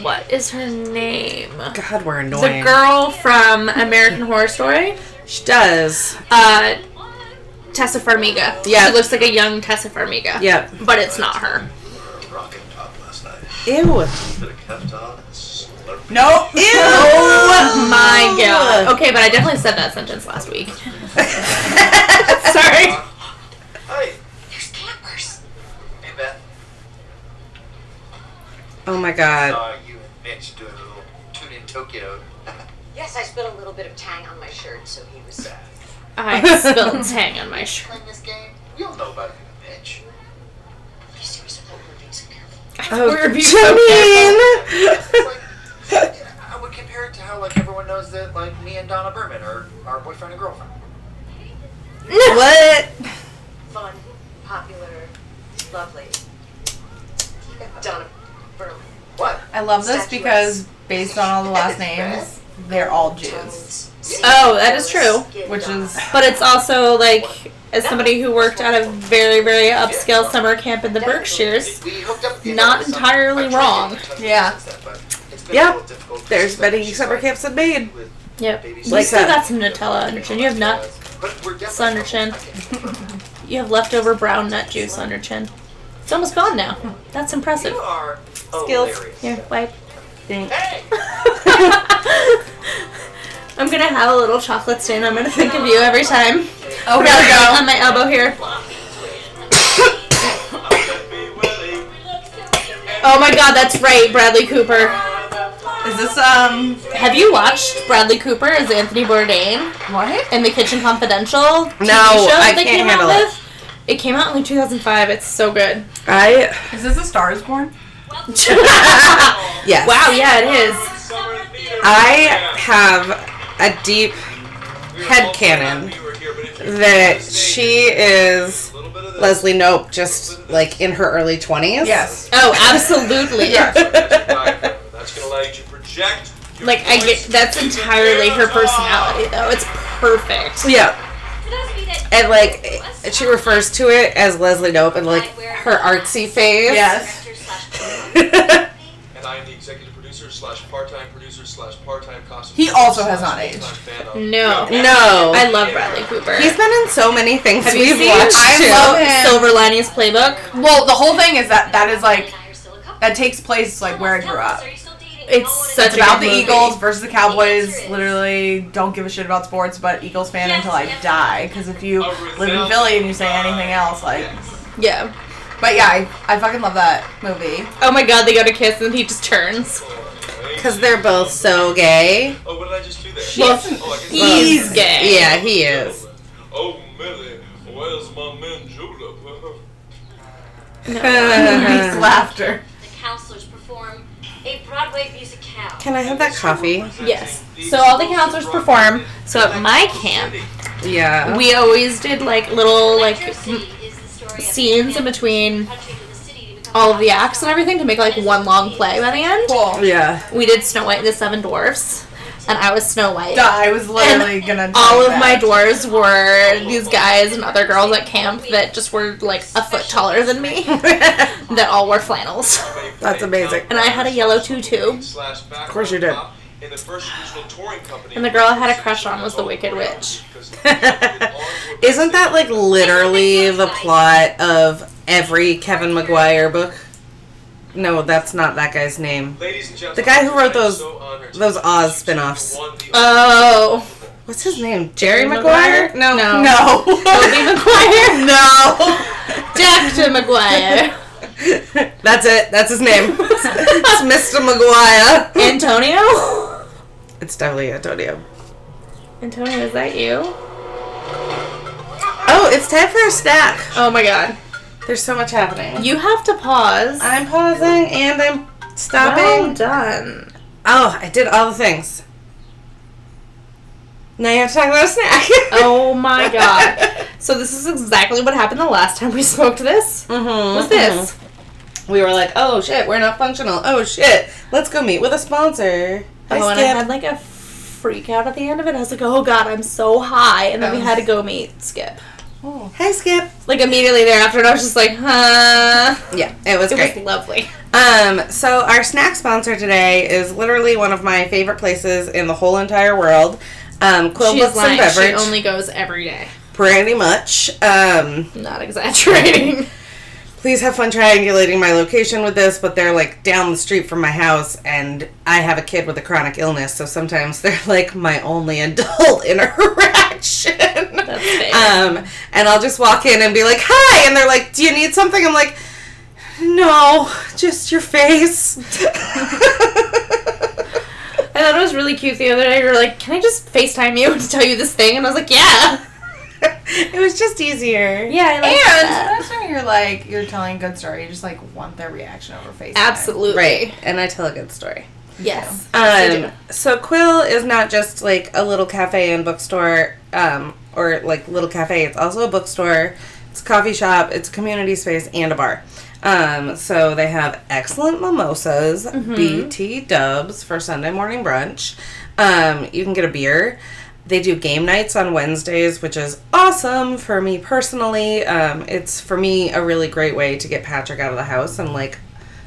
Speaker 1: What is her name?
Speaker 3: God, we're
Speaker 1: The
Speaker 3: annoying.
Speaker 1: girl from American Horror Story.
Speaker 3: She does.
Speaker 1: Uh, Tessa Farmiga.
Speaker 3: Yeah.
Speaker 1: She looks like a young Tessa Farmiga.
Speaker 3: Yep.
Speaker 1: But it's not her.
Speaker 4: Rockin' top last night.
Speaker 3: Ew.
Speaker 4: Could have kept on and slurped.
Speaker 2: Nope.
Speaker 1: Oh my god. Okay, but I definitely said that sentence last week. Sorry.
Speaker 4: Hey,
Speaker 7: There's campers.
Speaker 4: hey, Beth.
Speaker 3: Oh my god.
Speaker 6: Uh,
Speaker 4: Saw you and Mitch doing a little tune in Tokyo.
Speaker 5: Yes, I spilled a little bit of tang on my shirt, so he was. Uh,
Speaker 1: I spilled tang on my shirt.
Speaker 4: Playing this game. We all know about you and Mitch.
Speaker 7: These two are so old. Being so careful.
Speaker 3: Oh,
Speaker 4: It's
Speaker 3: Janine!
Speaker 4: like, yeah, I would compare it to how like everyone knows that like me and Donna Berman are our boyfriend and girlfriend.
Speaker 3: what?
Speaker 5: fun, popular, lovely. Donna Berlin.
Speaker 4: What?
Speaker 2: I love this because based on all the last names, they're all Jews.
Speaker 1: Oh, that is true.
Speaker 2: Which is
Speaker 1: But it's also like, as somebody who worked at a very, very upscale summer camp in the Berkshires,
Speaker 4: We hooked up.
Speaker 1: Not entirely wrong.
Speaker 2: Yeah.
Speaker 3: Yep. There's many summer camps in Maine.
Speaker 1: yep.
Speaker 4: Like
Speaker 1: You still
Speaker 3: that.
Speaker 1: got some Nutella on your chin. You have nut.
Speaker 4: nuts
Speaker 1: on your chin. You have leftover brown nut juice on your chin. It's almost gone now. That's impressive.
Speaker 4: You are
Speaker 1: Skills.
Speaker 4: hilarious.
Speaker 1: Here, wipe.
Speaker 4: Hey!
Speaker 1: I'm gonna have a little chocolate stain. I'm gonna think of you every time.
Speaker 2: oh,
Speaker 1: Really, on my elbow here. Oh my god, that's right, Bradley Cooper.
Speaker 2: Is this um
Speaker 1: Have you watched Bradley Cooper as Anthony Bourdain
Speaker 2: what?
Speaker 1: in the Kitchen Confidential? TV show
Speaker 3: No,
Speaker 1: that
Speaker 3: I
Speaker 1: they
Speaker 3: can't
Speaker 1: came
Speaker 3: handle
Speaker 1: out
Speaker 3: it.
Speaker 1: with? It came out in like 2005. It's so good.
Speaker 3: I.
Speaker 2: Is this a Star Is Born?
Speaker 3: Yes.
Speaker 1: wow, Oh, yeah, it is.
Speaker 3: I have a deep headcanon that she is Leslie Nope, just like in her early 20s.
Speaker 2: Yes.
Speaker 1: Oh, absolutely.
Speaker 6: That's gonna allow you to project. your
Speaker 1: Like I get
Speaker 6: voice
Speaker 1: that's entirely her personality though. It's perfect.
Speaker 3: Yeah.
Speaker 7: For those of you that
Speaker 3: And like, she refers to it as Leslie Nope and like her artsy phase.
Speaker 2: Yes.
Speaker 6: And I am the executive producer slash part-time producer slash part-time costume.
Speaker 2: He
Speaker 6: designer
Speaker 2: also has
Speaker 6: slash
Speaker 2: not aged.
Speaker 6: full-time fan of-
Speaker 1: No.
Speaker 3: no.
Speaker 1: I love Bradley Cooper.
Speaker 3: He's been in so many things
Speaker 1: Have you
Speaker 3: we've
Speaker 1: seen-
Speaker 3: watched
Speaker 2: I
Speaker 3: too.
Speaker 2: love him.
Speaker 1: Silver Linings Playbook.
Speaker 2: Well, the whole thing is that that is like
Speaker 7: and I are still a couple.
Speaker 2: that takes place like where I grew up.
Speaker 7: Are you still dating?
Speaker 1: It's
Speaker 7: No one is-
Speaker 1: such
Speaker 2: It's about
Speaker 1: a
Speaker 2: the
Speaker 1: good movie.
Speaker 2: Eagles versus the Cowboys. Literally, don't give a shit about sports, but Eagles fan until I die. Because if you live in Philly and you say anything else, like,
Speaker 1: Yeah.
Speaker 2: but yeah, I, I fucking love that movie.
Speaker 1: Oh my god, they go to kiss and he just turns.
Speaker 3: Because they're both so gay.
Speaker 6: Oh, what did I just do there?
Speaker 1: Well,
Speaker 6: Oh, I guess-
Speaker 1: He's gay.
Speaker 3: Yeah, he is.
Speaker 6: Oh, Millie, where's my man Judah?
Speaker 2: Nice laughter.
Speaker 7: The counselors perform a Broadway musicale.
Speaker 3: Can I have that coffee?
Speaker 1: Yes. So all the counselors perform. So at my camp,
Speaker 3: Yeah.
Speaker 1: we always did like little like
Speaker 7: Metro City is the story of
Speaker 1: scenes
Speaker 7: a
Speaker 1: in
Speaker 7: man
Speaker 1: between
Speaker 7: from the country to the city to become
Speaker 1: all
Speaker 7: a
Speaker 1: of the acts and everything to make like one long play by the end.
Speaker 2: Cool.
Speaker 3: Yeah.
Speaker 1: We did Snow White and the Seven Dwarfs, and I was Snow White.
Speaker 2: Duh, I was literally
Speaker 1: And
Speaker 2: gonna.
Speaker 1: all
Speaker 2: do
Speaker 1: of my
Speaker 2: that.
Speaker 1: dwarves were these guys and other girls at camp that just were like a foot taller than me that all wore flannels.
Speaker 3: That's amazing.
Speaker 1: And I had a yellow tutu.
Speaker 6: Of
Speaker 3: course you did.
Speaker 6: And the first original touring company.
Speaker 1: And the girl I had a crush on was the Wicked Witch.
Speaker 3: Isn't that like literally the plot of every Kevin McGuire book? No, that's not that guy's name.
Speaker 6: Ladies and
Speaker 3: The
Speaker 6: gentlemen,
Speaker 3: guy who wrote
Speaker 6: I'm
Speaker 3: those
Speaker 6: so honored to
Speaker 3: those Oz
Speaker 6: introduce you to
Speaker 3: spin-offs. Uh,
Speaker 6: one, the
Speaker 1: Oh,
Speaker 3: What's his name? Jerry
Speaker 1: Jerry
Speaker 3: Maguire?
Speaker 1: Maguire?
Speaker 3: No,
Speaker 1: No.
Speaker 3: no.
Speaker 1: Toby Maguire?
Speaker 3: no.
Speaker 1: Doctor Maguire,
Speaker 3: That's it. That's his name. it's Mr. Maguire.
Speaker 1: Antonio.
Speaker 3: It's definitely Antonio.
Speaker 1: Antonio, is that you?
Speaker 3: Oh, it's time for our snack.
Speaker 1: Oh my God!
Speaker 3: There's so much happening.
Speaker 1: You have to pause.
Speaker 3: I'm pausing and I'm
Speaker 1: well
Speaker 3: stopping.
Speaker 1: done.
Speaker 3: Oh, I did all the things. Now you have to talk about a snack.
Speaker 1: Oh my God! So this is exactly what happened the last time we smoked this.
Speaker 3: Mm-hmm.
Speaker 1: What's this?
Speaker 3: We were like, oh shit, we're not functional. Oh shit, let's go meet with a sponsor. Hi,
Speaker 1: Oh, and I
Speaker 3: Skip.
Speaker 1: had like a freak out at the end of it. I was like, oh God, I'm so high. And then
Speaker 3: Oh.
Speaker 1: we had to go meet Skip.
Speaker 3: Hi, Skip.
Speaker 1: Like immediately thereafter, and I was just like, huh.
Speaker 3: Yeah, it was
Speaker 1: It
Speaker 3: great.
Speaker 1: was lovely.
Speaker 3: Um, so our snack sponsor today is literally one of my favorite places in the whole entire world. Um, Quill
Speaker 1: She's
Speaker 3: Books and
Speaker 1: lying.
Speaker 3: Beverage,
Speaker 1: She only goes every day.
Speaker 3: pretty much. Um,
Speaker 1: Not exaggerating.
Speaker 3: please have fun triangulating my location with this, but they're like down the street from my house, and I have a kid with a chronic illness, so sometimes they're like my only adult interaction.
Speaker 1: fair.
Speaker 3: Um, and I'll just walk in and be like, "Hi," and they're like, "Do you need something?" I'm like, "No, just your face."
Speaker 1: I thought it was really cute the other day. You were like, can I just FaceTime you to tell you this thing? And I was like, yeah.
Speaker 3: it was just easier.
Speaker 1: Yeah, I like
Speaker 2: And
Speaker 1: that.
Speaker 2: that's when you're like you're telling a good story. You just like want their reaction over face.
Speaker 1: Absolutely.
Speaker 3: Right, and I tell a good story.
Speaker 1: Yes. Yes, you
Speaker 3: Um, so Quill is not just like a little cafe and bookstore, um, or like little cafe. It's also a bookstore. It's a coffee shop. It's a community space and a bar. Um, so they have excellent mimosas,
Speaker 1: Mm-hmm.
Speaker 3: BT dubs for Sunday morning brunch. Um, you can get a beer. They do game nights on Wednesdays, which is awesome for me personally. Um, it's for me a really great way to get Patrick out of the house and like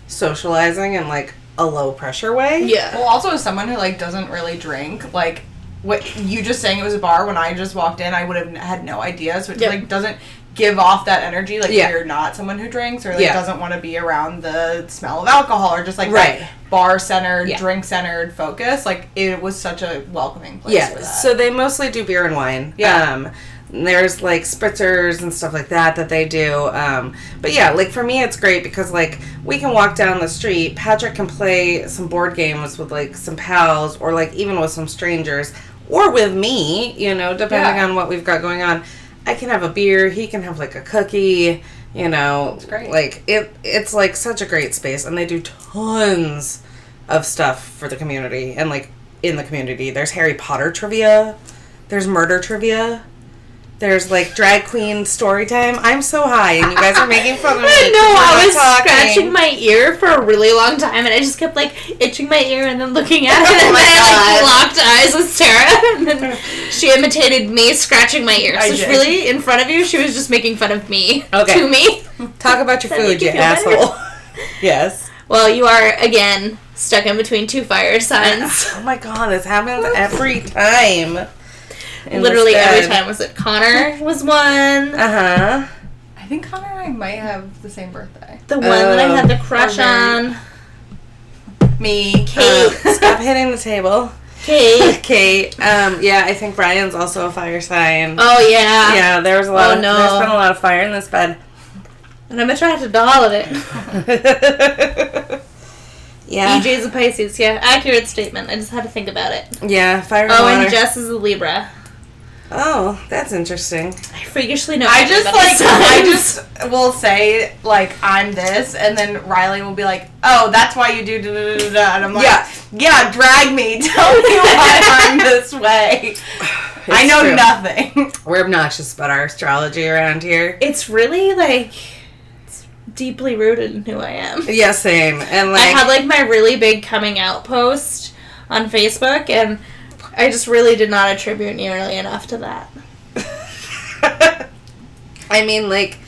Speaker 3: socializing in like a low pressure way.
Speaker 1: Yeah.
Speaker 2: Well, also as someone who like doesn't really drink, like what you just saying it was a bar when I just walked in, I would have had no idea. So it
Speaker 1: Yep.
Speaker 2: like doesn't give off that energy. Like
Speaker 3: Yeah.
Speaker 2: you're not someone who drinks or like
Speaker 3: Yeah.
Speaker 2: doesn't want to be around the smell of alcohol or just like
Speaker 3: Right.
Speaker 2: bar centered,
Speaker 3: Yeah.
Speaker 2: drink centered focus. Like it was such a welcoming place.
Speaker 3: Yeah,
Speaker 2: For that.
Speaker 3: so they mostly do beer and wine.
Speaker 2: Yeah.
Speaker 3: Um, there's like spritzers and stuff like that that they do. Um, but yeah, like for me, it's great because like we can walk down the street. Patrick can play some board games with like some pals or like even with some strangers or with me, you know, depending
Speaker 2: Yeah.
Speaker 3: on what we've got going on. I can have a beer, he can have like a cookie, you know. It's
Speaker 2: great.
Speaker 3: Like it it's like such a great space and they do tons of stuff for the community and like in the community. There's Harry Potter trivia, there's murder trivia, there's like drag queen story time. I'm so high and you guys are making fun of me.
Speaker 1: I
Speaker 3: 'cause
Speaker 1: know.
Speaker 3: we're
Speaker 1: I
Speaker 3: not
Speaker 1: was
Speaker 3: talking.
Speaker 1: scratching my ear for a really long time, and I just kept like itching my ear and then looking at it, and
Speaker 3: my
Speaker 1: then I
Speaker 3: God.
Speaker 1: like, locked eyes with Sarah, and then she imitated me scratching my ear.
Speaker 2: I
Speaker 1: So she
Speaker 2: did.
Speaker 1: really, in front of you, she was just making fun of me
Speaker 3: Okay.
Speaker 1: to me.
Speaker 3: Talk about your
Speaker 1: Does that
Speaker 3: food,
Speaker 1: make you
Speaker 3: you
Speaker 1: feel better?
Speaker 3: asshole. yes.
Speaker 1: Well, you are again stuck in between two fire signs.
Speaker 3: Oh my god, this happens every time. It was
Speaker 1: Literally every
Speaker 3: good.
Speaker 1: time was it Connor was one.
Speaker 3: Uh huh.
Speaker 2: I think Connor and I might have the same birthday.
Speaker 1: The one that I had the crush
Speaker 2: very-
Speaker 1: on.
Speaker 2: Me,
Speaker 1: Kate.
Speaker 3: Oh, uh, Stop hitting the table.
Speaker 1: Kate.
Speaker 3: Kate. Um, yeah, I think Brian's also a fire sign.
Speaker 1: Oh yeah.
Speaker 3: Yeah, there was a lot.
Speaker 1: Oh,
Speaker 3: of,
Speaker 1: no.
Speaker 3: There's been a lot of fire in this bed.
Speaker 1: And I'm attracted to all of it.
Speaker 3: yeah.
Speaker 1: EJ's E a Pisces, yeah. Accurate statement. I just had to think about it.
Speaker 3: Yeah, fire
Speaker 1: Oh,
Speaker 3: and
Speaker 1: and
Speaker 3: water.
Speaker 1: Jess is a Libra.
Speaker 3: oh, that's interesting.
Speaker 1: I freakishly know.
Speaker 2: I just
Speaker 1: everybody's
Speaker 2: like I
Speaker 1: signs.
Speaker 2: just will say like I'm this, and then Riley will be like, "Oh, that's why you do da da da da," and I'm like,
Speaker 3: Yeah.
Speaker 2: "Yeah, drag me, tell me why I'm this way. I
Speaker 3: It's
Speaker 2: know
Speaker 3: true.
Speaker 2: nothing."
Speaker 3: We're obnoxious about our astrology around here.
Speaker 1: It's really like it's deeply rooted in who I am.
Speaker 3: Yeah, same. And like,
Speaker 1: I had like my really big coming out post on Facebook, and I just really did not attribute nearly enough to that.
Speaker 3: I mean, like,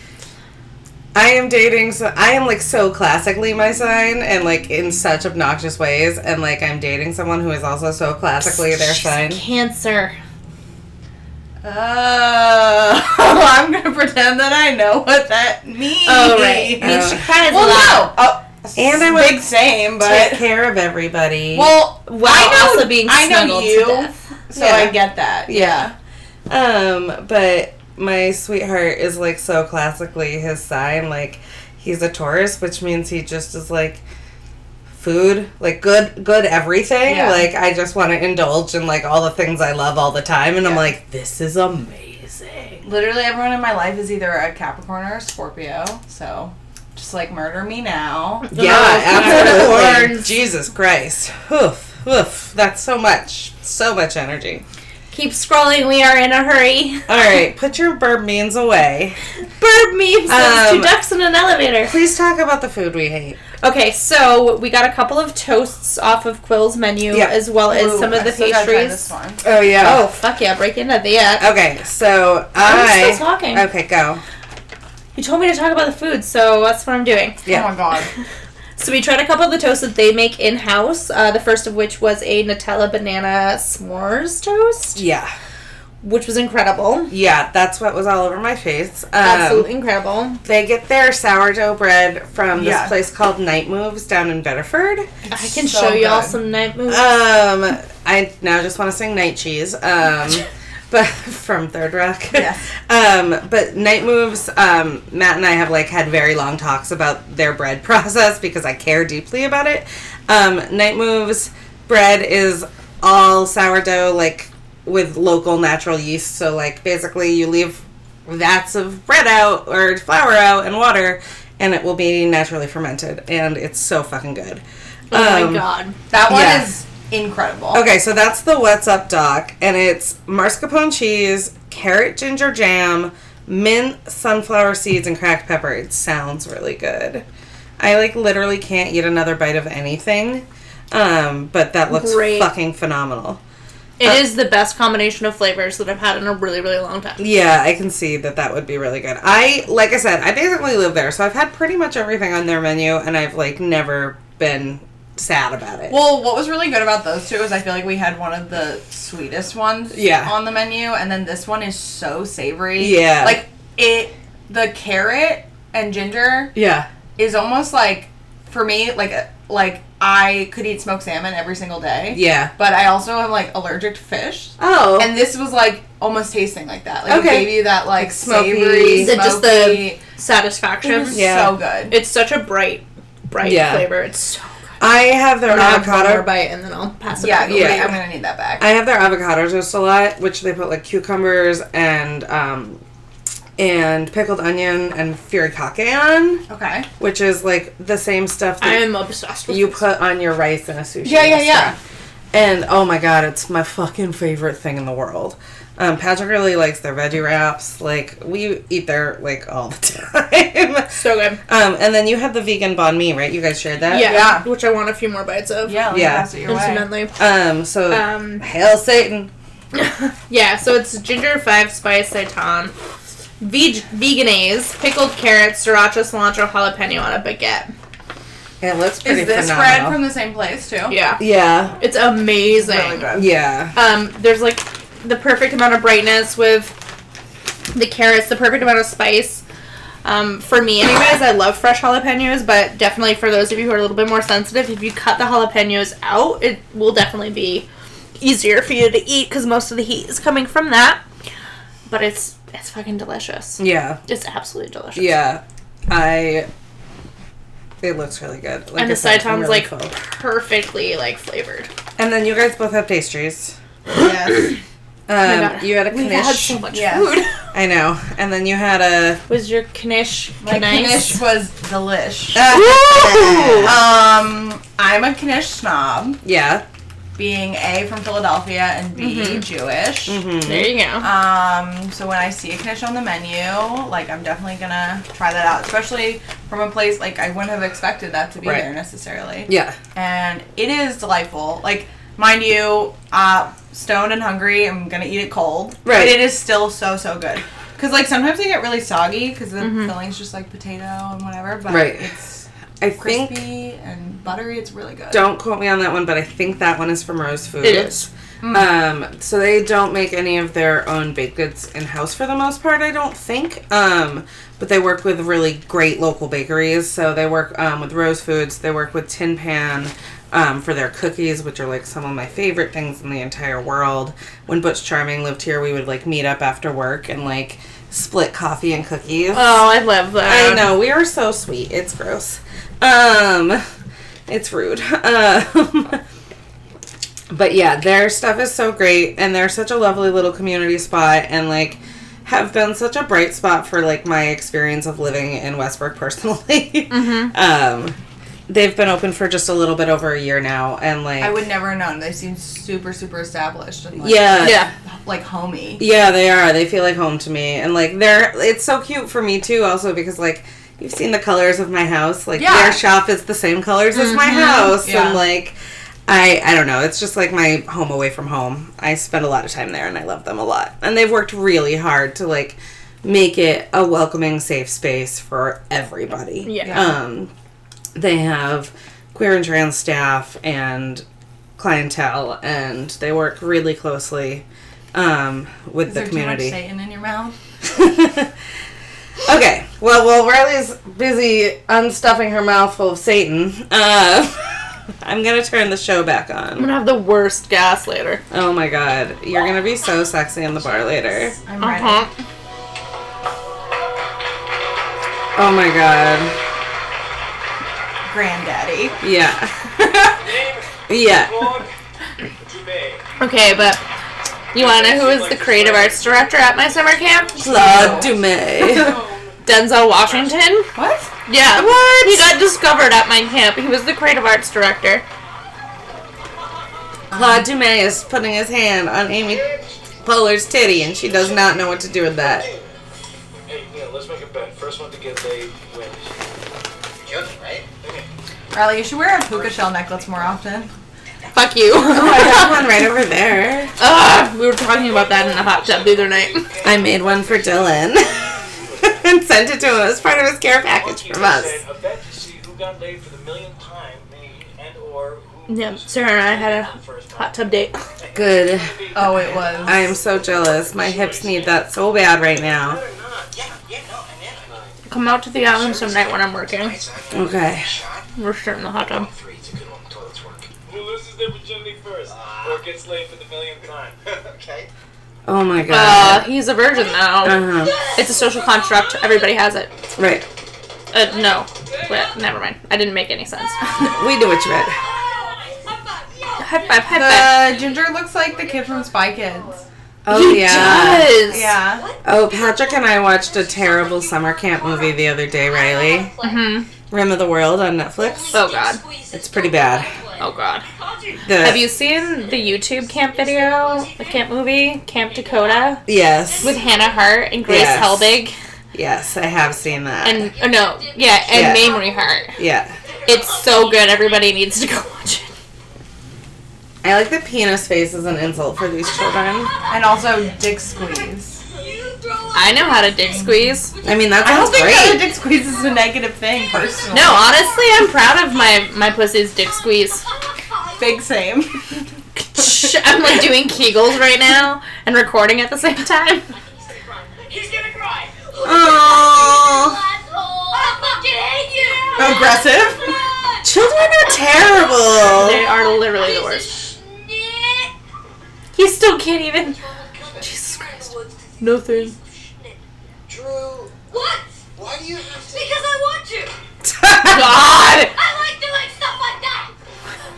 Speaker 3: I am dating. So I am like so classically my sign, and like in such obnoxious ways. And like I'm dating someone who is also so classically their sign.
Speaker 1: Cancer.
Speaker 2: Oh, I'm gonna pretend that I know what that means.
Speaker 1: Oh, right. I mean, she kind of
Speaker 2: Well, no. Oh,
Speaker 3: And I
Speaker 2: big
Speaker 3: would
Speaker 2: same,
Speaker 3: take
Speaker 2: but
Speaker 3: care of everybody.
Speaker 2: well,
Speaker 1: While
Speaker 2: I know,
Speaker 1: also being
Speaker 2: I know
Speaker 1: snuggled to
Speaker 2: you,
Speaker 1: death.
Speaker 2: so
Speaker 3: Yeah.
Speaker 2: I get that.
Speaker 3: Yeah. Um, but my sweetheart is like so classically his sign, like he's a Taurus, which means he just is like food, like good good everything.
Speaker 2: Yeah.
Speaker 3: Like I just want to indulge in like all the things I love all the time and I'm like, this is amazing.
Speaker 2: Literally everyone in my life is either a Capricorn or a Scorpio, so just like murder me now.
Speaker 3: Yeah, absolutely.
Speaker 1: Capricorns.
Speaker 3: Jesus Christ. Hoof, hoof. That's so much. So much energy.
Speaker 1: Keep scrolling. We are in a hurry.
Speaker 3: All right, put your bird beans away.
Speaker 1: Bird memes. That's
Speaker 3: Um,
Speaker 1: two ducks in an elevator.
Speaker 3: Please talk about the food we hate.
Speaker 1: Okay, so we got a couple of toasts off of Quill's menu,
Speaker 3: Yeah.
Speaker 1: as well as
Speaker 2: Ooh,
Speaker 1: some of
Speaker 2: I
Speaker 1: the
Speaker 2: still gotta try this
Speaker 1: pastries.
Speaker 2: one.
Speaker 3: Oh yeah.
Speaker 1: Oh Uh, fuck yeah! Break into that.
Speaker 3: Oh, Okay, so I.
Speaker 1: I'm still talking.
Speaker 3: Okay, go.
Speaker 1: You told me to talk about the food, so that's what I'm doing.
Speaker 3: Yeah.
Speaker 2: Oh my god.
Speaker 1: So we tried a couple of the toasts that they make in house. Uh, the first of which was a Nutella banana s'mores toast,
Speaker 3: Yeah,
Speaker 1: which was incredible,
Speaker 3: yeah, that's what was all over my face. Um,
Speaker 1: absolutely incredible.
Speaker 3: They get their sourdough bread from this
Speaker 2: Yeah.
Speaker 3: place called Night Moves down in Bedford.
Speaker 1: I can
Speaker 2: so
Speaker 1: show y'all
Speaker 2: good.
Speaker 1: some night moves.
Speaker 3: Um, I now just want to sing Night Cheese. Um, but from Third Rock.
Speaker 2: Yes.
Speaker 3: um, but Night Moves. Um, Matt and I have like had very long talks about their bread process because I care deeply about it. Um, Night Moves bread is all sourdough, like with local natural yeast. So like basically, you leave vats of bread out or flour out and water. And it will be naturally fermented, and it's so fucking good.
Speaker 1: oh
Speaker 3: um,
Speaker 1: my god!
Speaker 2: That one
Speaker 3: Yeah.
Speaker 2: is incredible.
Speaker 3: Okay, so that's the What's Up Doc, and it's mascarpone cheese, carrot ginger jam, mint, sunflower seeds, and cracked pepper. It sounds really good. I like literally can't eat another bite of anything, um, but that looks
Speaker 1: Great.
Speaker 3: fucking phenomenal.
Speaker 1: It is the best combination of flavors that I've had in a really, really long time.
Speaker 3: Yeah, I can see that that would be really good. I like I said, I basically live there, so I've had pretty much everything on their menu, and I've like never been sad about it.
Speaker 2: Well, what was really good about those two is I feel like we had one of the sweetest ones
Speaker 3: Yeah.
Speaker 2: on the menu, and then this one is so savory.
Speaker 3: Yeah.
Speaker 2: Like, it, the carrot and ginger
Speaker 3: yeah,
Speaker 2: is almost like, for me, like, uh, like I could eat smoked salmon every single day.
Speaker 3: yeah.
Speaker 2: But I also am, like, allergic to fish.
Speaker 3: Oh,
Speaker 2: And this was, like, almost tasting like that. Like,
Speaker 3: Okay.
Speaker 2: it gave you that, like,
Speaker 3: smoky.
Speaker 2: savory,
Speaker 1: Is it just the-
Speaker 2: smoky. It
Speaker 1: Satisfaction.
Speaker 2: was
Speaker 3: Yeah.
Speaker 2: so good.
Speaker 1: It's such a bright, bright
Speaker 3: Yeah.
Speaker 1: flavor. It's so
Speaker 3: I have their
Speaker 1: I'm gonna have one
Speaker 3: avocado
Speaker 1: more bite and then I'll pass it
Speaker 2: yeah,
Speaker 1: back.
Speaker 2: yeah.
Speaker 3: Yeah.
Speaker 2: I'm going to need that back.
Speaker 3: I have their avocado toast a lot, which they put like cucumbers and um, and pickled onion and furikake on,
Speaker 2: okay.
Speaker 3: which is like the same stuff that
Speaker 1: I'm obsessed with
Speaker 3: you
Speaker 1: this.
Speaker 3: put on your rice in a sushi.
Speaker 2: Yeah, yeah, yeah.
Speaker 3: restaurant. And oh my god, it's my fucking favorite thing in the world. Um, Patrick really likes their veggie wraps. Like we eat their like all the time.
Speaker 1: so good.
Speaker 3: um, and then you had the vegan banh mi, right? You guys shared that.
Speaker 1: Yeah,
Speaker 2: yeah.
Speaker 1: which I want a few more bites of.
Speaker 2: Yeah, let me
Speaker 3: Yeah.
Speaker 2: pass it your way.
Speaker 1: incidentally.
Speaker 3: Um. So
Speaker 1: Um,
Speaker 3: hail Satan.
Speaker 1: yeah, so it's ginger five spice seitan, veg- veganaise, pickled carrots, sriracha, cilantro, jalapeno on a baguette.
Speaker 3: It looks pretty
Speaker 2: Is this
Speaker 3: phenomenal.
Speaker 2: bread from the same place, too?
Speaker 1: Yeah,
Speaker 3: yeah.
Speaker 1: it's amazing.
Speaker 2: Really good.
Speaker 3: Yeah.
Speaker 1: Um, there's like the perfect amount of brightness with the carrots, the perfect amount of spice. Um, for me, anyways, I love fresh jalapenos, but definitely for those of you who are a little bit more sensitive, if you cut the jalapenos out, it will definitely be easier for you to eat because most of the heat is coming from that. But it's it's fucking delicious.
Speaker 3: Yeah.
Speaker 1: It's absolutely delicious.
Speaker 3: Yeah, I. It looks really good.
Speaker 1: and
Speaker 3: Like I
Speaker 1: the
Speaker 3: said,
Speaker 1: seitan's
Speaker 3: I'm really
Speaker 1: like
Speaker 3: full.
Speaker 1: perfectly like flavored.
Speaker 3: And then you guys both have pastries.
Speaker 2: Yes.
Speaker 3: Um,
Speaker 1: God.
Speaker 3: you had a
Speaker 1: We've had so
Speaker 3: knish.
Speaker 1: much
Speaker 2: Yeah.
Speaker 1: food.
Speaker 3: I know. And then you had a.
Speaker 1: Was your knish
Speaker 2: My
Speaker 1: nice?
Speaker 2: knish was delish.
Speaker 1: Woo!
Speaker 2: Um, I'm a knish snob,
Speaker 3: ah, yeah.
Speaker 2: being A from Philadelphia and B
Speaker 3: Mm-hmm.
Speaker 2: Jewish.
Speaker 1: There you go.
Speaker 2: Um, so when I see a knish on the menu, like I'm definitely gonna try that out, especially from a place like I wouldn't have expected that to be
Speaker 3: Right.
Speaker 2: there necessarily.
Speaker 3: Yeah.
Speaker 2: And it is delightful. Like, mind you, uh, stoned and hungry, I'm gonna eat it cold.
Speaker 3: Right.
Speaker 2: But it is still so so good. Because like sometimes they get really soggy because the filling's just like potato and whatever, but
Speaker 3: Mm-hmm. Right.
Speaker 2: it's
Speaker 3: I
Speaker 2: crispy
Speaker 3: think.
Speaker 2: and buttery. It's really good.
Speaker 3: Don't quote me on that one, but I think that one is from Rose Food.
Speaker 1: It is.
Speaker 3: Um, so they don't make any of their own baked goods in house for the most part, I don't think. Um, but they work with really great local bakeries. So they work um, with Rose Foods. They work with Tin Pan um, for their cookies, which are like some of my favorite things in the entire world. When Butch Charming lived here, we would like meet up after work and like split coffee and cookies.
Speaker 1: Oh, I love that.
Speaker 8: Um,
Speaker 3: I know we are so sweet. It's gross. Um, it's rude. Um, but yeah, their stuff is so great, and they're such a lovely little community spot, and like have been such a bright spot for like my experience of living in Westbrook personally. Um, they've been open for just a little bit over a year now, and like
Speaker 2: I would never have known. They seem super, super established. And, like,
Speaker 3: yeah,
Speaker 1: Yeah.
Speaker 2: Like homey.
Speaker 3: Yeah, they are. They feel like home to me, and like they're. It's so cute for me too, also because like you've seen the colors of my house. Like
Speaker 2: Yeah. Mm-hmm.
Speaker 3: their shop is the same colors as my house,
Speaker 2: Yeah.
Speaker 3: and like I I don't know. It's just like my home away from home. I spend a lot of time there, and I love them a lot. And they've worked really hard to like make it a welcoming, safe space for everybody.
Speaker 1: Yeah.
Speaker 3: Um, they have queer and trans staff and clientele, and they work really closely um, with
Speaker 2: Is
Speaker 3: the
Speaker 2: there too
Speaker 3: community.
Speaker 2: much Satan in your mouth?
Speaker 3: okay, well, while Riley's busy unstuffing her mouth full of Satan, uh, I'm gonna turn the show back
Speaker 1: I'm
Speaker 3: on.
Speaker 1: gonna have the worst gas later.
Speaker 3: Oh my god, you're gonna be so sexy in the bar later.
Speaker 2: I'm ready.
Speaker 1: Uh-huh.
Speaker 3: Oh my god,
Speaker 2: Granddaddy.
Speaker 3: yeah,
Speaker 6: Name,
Speaker 3: yeah.
Speaker 6: Claude Dubé.
Speaker 1: Okay, but you wanna know who is the creative arts director at my summer camp?
Speaker 3: Claude Dumais.
Speaker 1: Denzel Washington.
Speaker 2: What?
Speaker 1: Yeah. What? He got discovered at my camp. He was the creative arts director.
Speaker 3: Claude Dumais is putting his hand on Amy Poehler's titty, and she does not know what to do with that.
Speaker 6: Hey, Neil, let's make a bet. First one to get laid wins.
Speaker 8: You're joking, right?
Speaker 6: Okay.
Speaker 2: Riley, you should wear a puka shell necklace more often.
Speaker 1: Fuck you.
Speaker 3: Oh, I have one right over there.
Speaker 1: Ugh, we were talking about that in the hot tub the other night.
Speaker 3: I made one for Dylan and sent it to him as part of his care package
Speaker 6: Monkey
Speaker 3: from us.
Speaker 6: said, A bet to see who got laid for the millionth time, me and or who.
Speaker 1: Yeah,
Speaker 6: was
Speaker 1: Sarah and I had a
Speaker 6: the first time.
Speaker 1: hot tub date.
Speaker 3: Good.
Speaker 2: Oh, it was.
Speaker 3: I am so jealous. My hips need that so bad right now.
Speaker 8: Better not. Yeah, yeah, no, I mean, I'm not.
Speaker 1: Come out to the island some night when I'm working.
Speaker 8: It's not gonna
Speaker 3: Okay.
Speaker 8: be shot.
Speaker 1: We're starting the hot tub.
Speaker 8: Three, it's a good one. Toilets work.
Speaker 6: Who loses their virginity first,
Speaker 8: Ah.
Speaker 6: or gets laid for the millionth time?
Speaker 8: okay.
Speaker 3: Oh my
Speaker 1: Uh,
Speaker 3: god.
Speaker 1: he's a virgin now.
Speaker 3: Uh huh.
Speaker 1: It's a social construct. Everybody has it.
Speaker 3: Right.
Speaker 1: Uh, no. Wait, never mind. I didn't make any sense.
Speaker 3: We do what you read.
Speaker 1: high five, high five.
Speaker 2: The ginger looks like the kid from Spy Kids.
Speaker 3: Oh
Speaker 1: He
Speaker 3: yeah.
Speaker 1: does.
Speaker 2: Yeah.
Speaker 3: Oh, Patrick and I watched a terrible summer camp movie the other day, Riley.
Speaker 1: hmm
Speaker 3: Rim of the World on Netflix.
Speaker 1: Oh god.
Speaker 3: It's pretty bad.
Speaker 1: Oh god.
Speaker 3: The,
Speaker 1: Have you seen the YouTube camp video, the camp movie, Camp Dakota,
Speaker 3: Yes.
Speaker 1: with Hannah Hart and Grace
Speaker 3: Yes.
Speaker 1: Helbig
Speaker 3: Yes, I have seen that.
Speaker 1: and oh no, yeah, and
Speaker 3: Yeah.
Speaker 1: Mamrie Hart?
Speaker 3: yeah.
Speaker 1: It's so good. Everybody needs to go watch it.
Speaker 3: I like the penis face as an insult for these children.
Speaker 2: And also dick squeeze.
Speaker 1: I know how to dick squeeze.
Speaker 3: I mean, that
Speaker 2: I don't
Speaker 3: sounds
Speaker 2: think that a
Speaker 3: great.
Speaker 2: dick squeeze is a negative thing, personally.
Speaker 1: No, honestly, I'm proud of my my pussy's dick squeeze.
Speaker 2: Big same.
Speaker 1: I'm like doing Kegels right now and recording at the same time.
Speaker 7: He's gonna cry.
Speaker 3: Oh,
Speaker 7: Asshole. I fucking hate you.
Speaker 2: Aggressive.
Speaker 3: children are
Speaker 1: They
Speaker 3: terrible.
Speaker 1: are literally the worst. He still can't even. Jesus Christ. Nothing.
Speaker 8: Drew,
Speaker 7: What?
Speaker 8: why do you have to?
Speaker 7: Because I want you.
Speaker 1: God.
Speaker 7: I like doing stuff like that.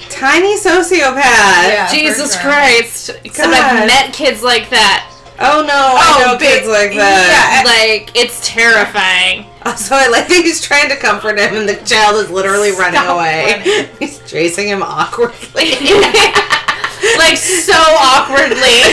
Speaker 3: Tiny sociopath.
Speaker 2: Yeah. for
Speaker 1: Jesus
Speaker 2: sure.
Speaker 1: Christ. Except
Speaker 3: God.
Speaker 1: I've met kids like that.
Speaker 3: Oh no, I know
Speaker 2: big-
Speaker 3: kids like that.
Speaker 1: Like, it's terrifying.
Speaker 3: Also, I like that he's trying to comfort him, and the child is literally running away.
Speaker 2: running.
Speaker 3: He's chasing him awkwardly.
Speaker 1: like, so awkwardly.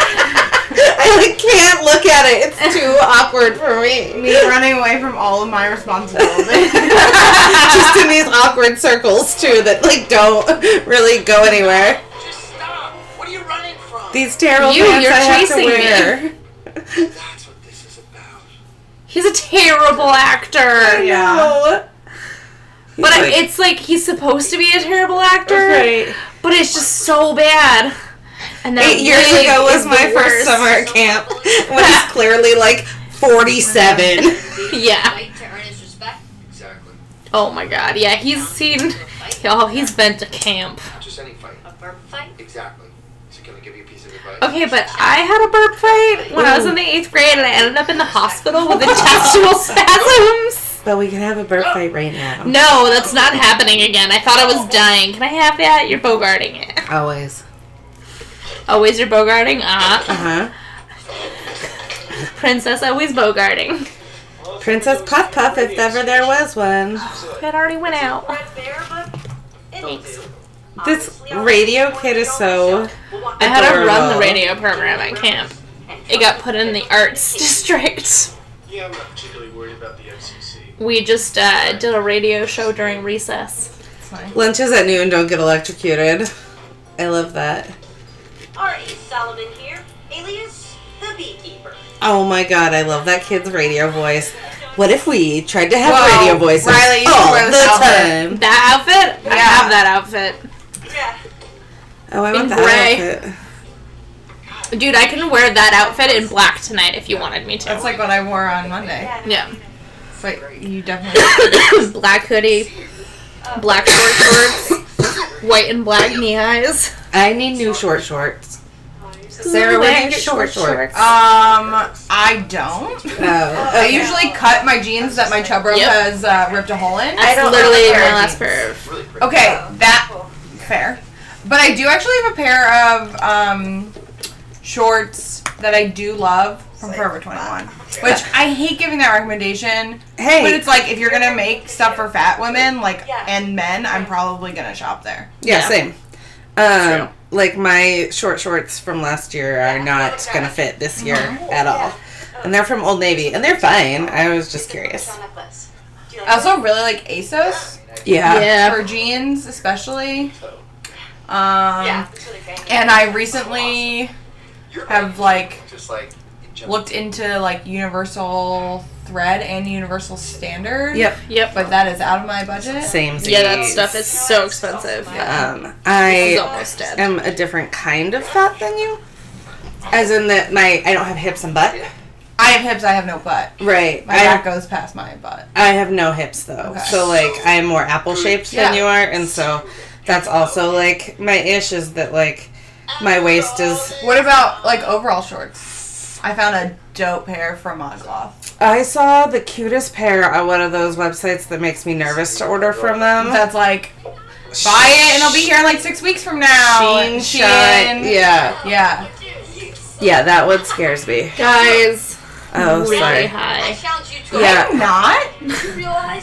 Speaker 3: I like can't look at it. It's too awkward for me.
Speaker 2: Me running away from all of my responsibilities.
Speaker 3: Just in these awkward circles too, that like don't really go anywhere.
Speaker 8: Just stop. What are you running from?
Speaker 3: These terrible
Speaker 1: You,
Speaker 3: pants
Speaker 1: you're
Speaker 3: I have to
Speaker 1: chasing me.
Speaker 3: wear.
Speaker 8: That's what this is
Speaker 1: He's a terrible actor.
Speaker 3: No.
Speaker 1: But I it's like he's supposed to be a terrible actor,
Speaker 3: Right.
Speaker 1: but it's just so bad. And that
Speaker 3: Eight years
Speaker 1: wig
Speaker 3: ago
Speaker 1: is
Speaker 3: was
Speaker 1: the
Speaker 3: my first
Speaker 1: worst.
Speaker 3: summer at camp when he's clearly like 47. Ah.
Speaker 1: Yeah.
Speaker 7: Fight to earn his respect.
Speaker 8: Exactly.
Speaker 1: Oh my god. Yeah, he's seen.
Speaker 7: A fight.
Speaker 1: Oh, he's been to camp.
Speaker 8: Just any fight.
Speaker 7: A burp fight.
Speaker 8: Exactly. So can I give you a piece of advice?
Speaker 1: Okay, but I had a burp fight when I was in the eighth grade, and I ended up in the hospital with intestinal spasms.
Speaker 3: But we can have a bird fight right now.
Speaker 1: No, that's not happening again. I thought I was dying. Can I have that? You're bogarting it.
Speaker 3: Always.
Speaker 1: Always you're bogarting. Ah,
Speaker 3: Uh huh.
Speaker 1: princess, always bogarting.
Speaker 3: Princess Puff Puff, if ever there was one.
Speaker 1: It already went out.
Speaker 5: Right there, but it ain't so.
Speaker 3: This radio kid is so.
Speaker 1: I had to run the
Speaker 3: Adorable.
Speaker 1: radio program at camp. It got put in the arts district.
Speaker 6: Yeah, I'm not particularly worried about the FCC.
Speaker 1: We just uh, did a radio show during recess.
Speaker 3: Lunches at noon don't get electrocuted. I love that.
Speaker 7: R.E. Solomon here, alias the Beekeeper.
Speaker 3: Oh my god, I love that kid's radio voice. What if we tried to have
Speaker 2: Whoa,
Speaker 3: radio voices
Speaker 2: Riley, you should
Speaker 3: all
Speaker 2: wear
Speaker 3: the
Speaker 2: this outfit.
Speaker 3: time?
Speaker 1: That outfit? I have that outfit.
Speaker 7: Yeah.
Speaker 3: Oh, I
Speaker 1: In
Speaker 3: want that
Speaker 1: gray.
Speaker 3: outfit.
Speaker 1: Dude, I can wear that outfit in black tonight if you wanted me to.
Speaker 2: That's like what I wore on Monday.
Speaker 1: Yeah.
Speaker 2: It's like you definitely.
Speaker 1: black hoodie, black short shorts, white and black knee highs.
Speaker 3: I need new short shorts. Sarah, where do you get short shorts?
Speaker 2: Um, I don't.
Speaker 3: Oh,
Speaker 2: I usually cut my jeans that my chub rope
Speaker 1: Yep.
Speaker 2: has uh, ripped a hole in.
Speaker 1: That's
Speaker 2: I don't
Speaker 1: literally
Speaker 2: have a pair
Speaker 1: my
Speaker 2: of
Speaker 1: last Oh.
Speaker 2: jeans.
Speaker 3: Oh.
Speaker 1: pair of
Speaker 8: Really pretty.
Speaker 2: Okay, that fair. But I do actually have a pair of um, shorts that I do love from Forever 21, which I hate giving that recommendation.
Speaker 3: Hey.
Speaker 2: but it's like if you're gonna make stuff for fat women, like
Speaker 7: Yeah.
Speaker 2: and men, I'm probably gonna shop there.
Speaker 3: Yeah,
Speaker 1: Yeah.
Speaker 3: same. Um, like my short shorts from last year are not gonna fit this year at all, and they're from Old Navy, and they're fine. I was just curious. Oh.
Speaker 7: necklace.
Speaker 2: I also really like ASOS
Speaker 3: Yeah.
Speaker 1: yeah.
Speaker 2: for jeans, especially. Um,
Speaker 7: Yeah, it's really great.
Speaker 2: And I recently
Speaker 8: You're
Speaker 2: have like
Speaker 8: just like in general.
Speaker 2: looked into like Universal Thread and Universal Standard.
Speaker 3: Yep.
Speaker 1: Yep.
Speaker 2: But that is out of my budget.
Speaker 3: Same.
Speaker 1: Yeah, that
Speaker 3: seas.
Speaker 1: stuff is so expensive.
Speaker 3: Um,
Speaker 1: It's
Speaker 3: I
Speaker 1: almost dead.
Speaker 3: am a different kind of fat than you, as in that my I don't have hips and butt.
Speaker 2: I have hips, I have no butt.
Speaker 3: Right.
Speaker 2: My back
Speaker 3: I,
Speaker 2: goes past my butt.
Speaker 3: I have no hips though,
Speaker 2: Okay.
Speaker 3: so like I'm more apple shaped than
Speaker 2: Yeah.
Speaker 3: you are, and so that's also like my ish is that like my waist is
Speaker 2: What about like overall shorts? I found a dope pair from Modcloth.
Speaker 3: I saw the cutest pair on one of those websites that makes me nervous to order from them.
Speaker 2: That's like buy it and it'll be here in like six weeks from now.
Speaker 3: Sheen,
Speaker 2: And
Speaker 3: shine.
Speaker 2: Shein.
Speaker 3: Yeah.
Speaker 2: Yeah.
Speaker 3: Yeah, that one scares me.
Speaker 1: Guys,
Speaker 3: Oh,
Speaker 1: really
Speaker 3: sorry.
Speaker 7: I
Speaker 1: high.
Speaker 7: challenge you to
Speaker 3: Yeah.
Speaker 2: I'm not.
Speaker 7: You realize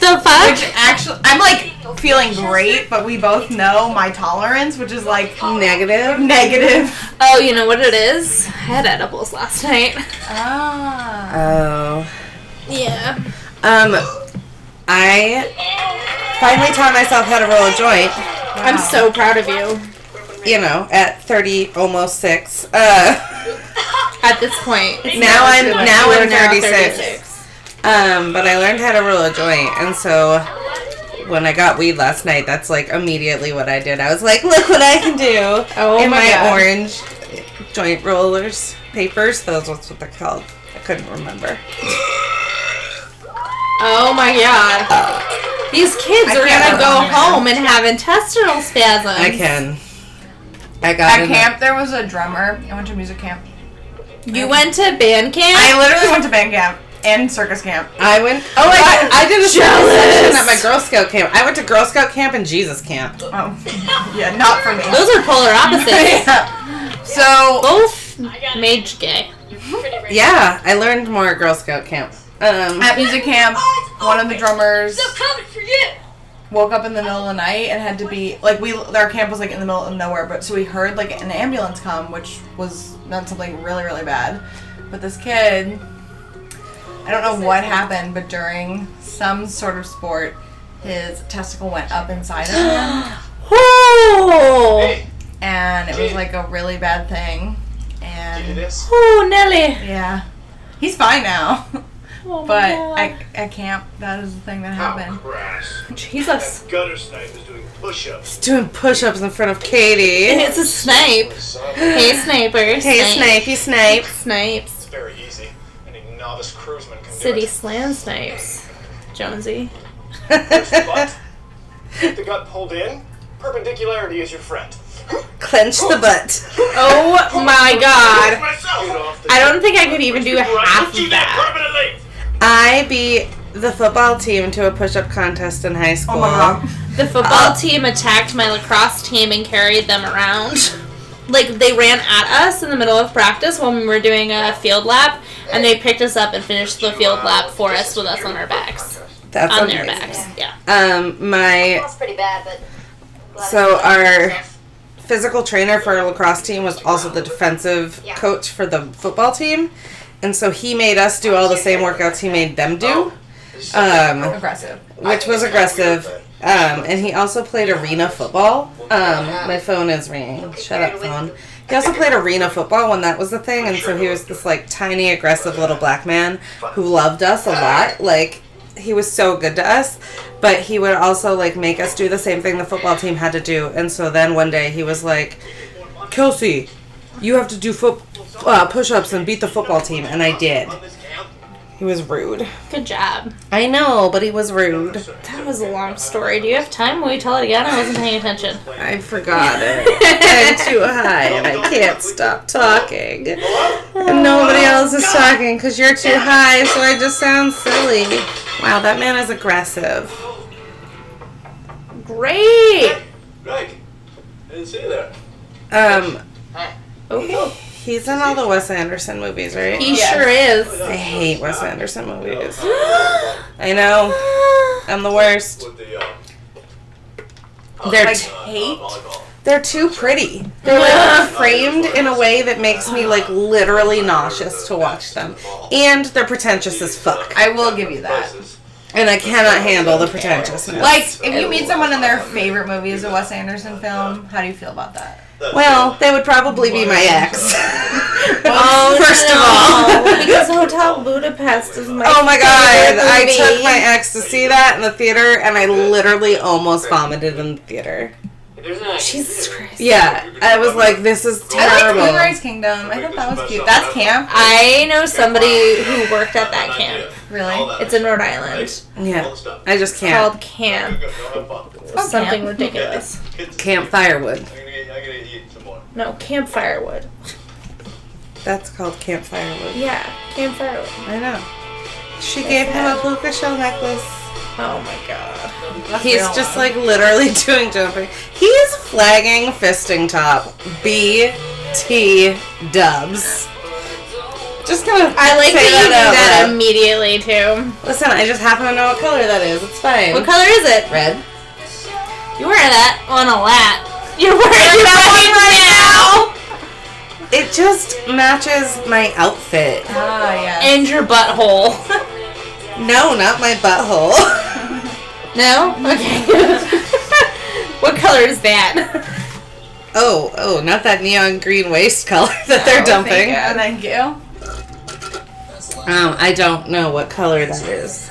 Speaker 1: The
Speaker 2: Which
Speaker 1: fuck?
Speaker 2: actually, I'm like feeling great, but we both know my tolerance, which is like
Speaker 3: Negative.
Speaker 2: negative.
Speaker 1: Oh, you know what it is? I had edibles last night.
Speaker 2: Ah.
Speaker 3: Oh.
Speaker 1: Yeah.
Speaker 3: Um, I finally taught myself how to roll a joint.
Speaker 1: I'm so proud of you.
Speaker 3: You know, at thirty, almost six. Uh,
Speaker 1: At this point, it's
Speaker 3: now I'm now
Speaker 1: we're
Speaker 3: I'm thirty six. Um, but I learned how to roll a joint, and so when I got weed last night, that's like immediately what I did. I was like, "Look what I can do!"
Speaker 1: Oh
Speaker 3: in
Speaker 1: my
Speaker 3: my
Speaker 1: God.
Speaker 3: orange joint rollers papers. Those what's what they're called. I couldn't remember.
Speaker 1: Oh my god. These kids are
Speaker 2: can't
Speaker 1: gonna go
Speaker 2: remember.
Speaker 1: home and have intestinal spasms.
Speaker 3: I can. I got
Speaker 2: At
Speaker 3: in-
Speaker 2: camp, there was a drummer. I went to music camp.
Speaker 1: You went to band camp?
Speaker 2: I literally went to band camp and circus camp.
Speaker 3: I went. Oh, I,
Speaker 2: What?
Speaker 3: I did a session
Speaker 1: Jealous.
Speaker 3: at my Girl Scout camp. I went to Girl Scout camp and Jesus camp.
Speaker 2: Oh, yeah, not for me.
Speaker 1: Those are polar opposites.
Speaker 2: Yeah. So
Speaker 1: Both mage gay.
Speaker 3: Yeah, I learned more at Girl Scout camp. Um,
Speaker 2: at music camp, one of the drummers
Speaker 7: coming for you.
Speaker 2: woke up in the middle of the night and had to be like we our camp was like in the middle of nowhere, but so we heard like an ambulance come, which was not something really really bad. But this kid, I don't know what happened, but during some sort of sport, his testicle went up inside of him.
Speaker 1: Oh,
Speaker 2: and it was like a really bad thing.
Speaker 6: Did you do
Speaker 2: And
Speaker 6: this?
Speaker 1: oh Nelly.
Speaker 2: yeah, he's fine now.
Speaker 1: Oh my
Speaker 2: But
Speaker 1: God.
Speaker 2: at, at camp, that is the thing that
Speaker 6: How
Speaker 2: happened.
Speaker 6: crass.
Speaker 1: Jesus.
Speaker 6: That gutter snipe is doing push-ups.
Speaker 3: Doing push ups in front of Katie.
Speaker 1: It's a snipe. Hey, snipers.
Speaker 3: Hey, Snipe, you Snipe.
Speaker 1: Snipes.
Speaker 6: It's very easy. Any novice cruiseman can do
Speaker 1: City
Speaker 6: it.
Speaker 1: slam snipes. Jonesy.
Speaker 6: But if the gut pulled in, perpendicularity is your friend.
Speaker 3: Clench the butt.
Speaker 1: Oh my god.
Speaker 6: Myself. Get off the
Speaker 1: I don't think I could even do
Speaker 6: Right,
Speaker 1: half
Speaker 6: do
Speaker 1: of that.
Speaker 6: permanently.
Speaker 3: I beat the football team to a push up contest in high school.
Speaker 2: Oh my god.
Speaker 1: The football team attacked my lacrosse team and carried them around. Like they ran at us in the middle of practice when we were doing a field lap, and they picked us up and finished the field lap for us with us on our backs,
Speaker 3: That's
Speaker 1: on their
Speaker 3: amazing.
Speaker 1: backs. Yeah.
Speaker 3: Um, my
Speaker 7: That's pretty bad, but. glad
Speaker 3: So
Speaker 7: you did
Speaker 3: our-
Speaker 7: yourself.
Speaker 3: physical trainer for our lacrosse team was also the defensive
Speaker 7: Yeah.
Speaker 3: coach for the football team. And so he made us do all the same workouts he made them do,
Speaker 1: Oh,
Speaker 3: um,
Speaker 2: Aggressive.
Speaker 3: which was aggressive. Um, and he also played arena football. Um, my phone is ringing. Shut up, phone. He also played arena football when that was the thing. And so he was this like tiny, aggressive little black man who loved us a lot. Like, he was so good to us but he would also like make us do the same thing the football team had to do and so then one day he was like kelsey you have to do foot uh, push-ups and beat the football team and i did he was rude
Speaker 1: Good job.
Speaker 3: i know but he was rude
Speaker 1: That was a long story. Do you have time? Will you tell it again? I wasn't paying attention.
Speaker 3: i forgot it i'm too high i can't stop talking and nobody else is talking because you're too high so i just sound silly wow that man is aggressive
Speaker 1: Great.
Speaker 6: Right. I didn't see that.
Speaker 3: um
Speaker 1: Oh,
Speaker 3: he's in all the wes anderson movies right
Speaker 1: he
Speaker 2: Yes.
Speaker 1: sure is.
Speaker 3: I hate Wes Anderson
Speaker 6: Oh,
Speaker 3: movies. I know. I'm the worst.
Speaker 6: With the, uh,
Speaker 3: They're
Speaker 2: Like
Speaker 3: t-
Speaker 2: hate.
Speaker 6: volleyball. Uh,
Speaker 3: they're too pretty. They're like framed in a way that makes me like literally nauseous to watch them. And they're pretentious as fuck.
Speaker 2: I will give you that.
Speaker 3: And I cannot handle the pretentiousness.
Speaker 2: Like, if you meet someone and their favorite movie is a Wes Anderson film, how do you feel about that?
Speaker 3: well, they would probably be my ex.
Speaker 1: Oh,
Speaker 3: First of all.
Speaker 1: no, because Hotel Budapest is my.
Speaker 3: Oh my god,
Speaker 1: favorite
Speaker 3: I
Speaker 1: movie.
Speaker 3: took my ex to see that in the theater and I literally almost vomited in the theater.
Speaker 6: There's an
Speaker 1: Jesus Christ.
Speaker 3: Yeah, I was like, this is
Speaker 2: I liked
Speaker 3: terrible.
Speaker 2: Moonrise Kingdom. I thought that was cute. That's camp,
Speaker 1: I know somebody who worked at that camp.
Speaker 2: really.
Speaker 1: It's in Rhode Island.
Speaker 3: Yeah, I just
Speaker 1: It's
Speaker 3: can't.
Speaker 1: called Camp. Oh, Something ridiculous.
Speaker 3: Camp Firewood.
Speaker 1: No, Camp Firewood.
Speaker 3: That's called Camp Firewood.
Speaker 1: Yeah, Camp Firewood.
Speaker 3: I know. She gave him a Luca shell necklace.
Speaker 1: Oh my god.
Speaker 3: He's just like literally doing jumping. He's flagging fisting top. B T dubs. Just gonna
Speaker 1: I like
Speaker 3: say
Speaker 1: that you
Speaker 3: out
Speaker 1: knew that
Speaker 3: loud.
Speaker 1: immediately too.
Speaker 3: Listen, I just happen to know what color that is. It's fine.
Speaker 1: What color is it?
Speaker 3: Red.
Speaker 1: You wear that on a lat. You're wearing that one right now.
Speaker 3: It just matches my outfit.
Speaker 2: Ah, yeah.
Speaker 1: And your butthole.
Speaker 3: No, not my butthole.
Speaker 1: No? Okay. what color is that?
Speaker 3: oh, oh, not that neon green waist color that they're
Speaker 1: Oh,
Speaker 3: dumping.
Speaker 2: Oh, Thank you.
Speaker 3: Um, I don't know what color that is.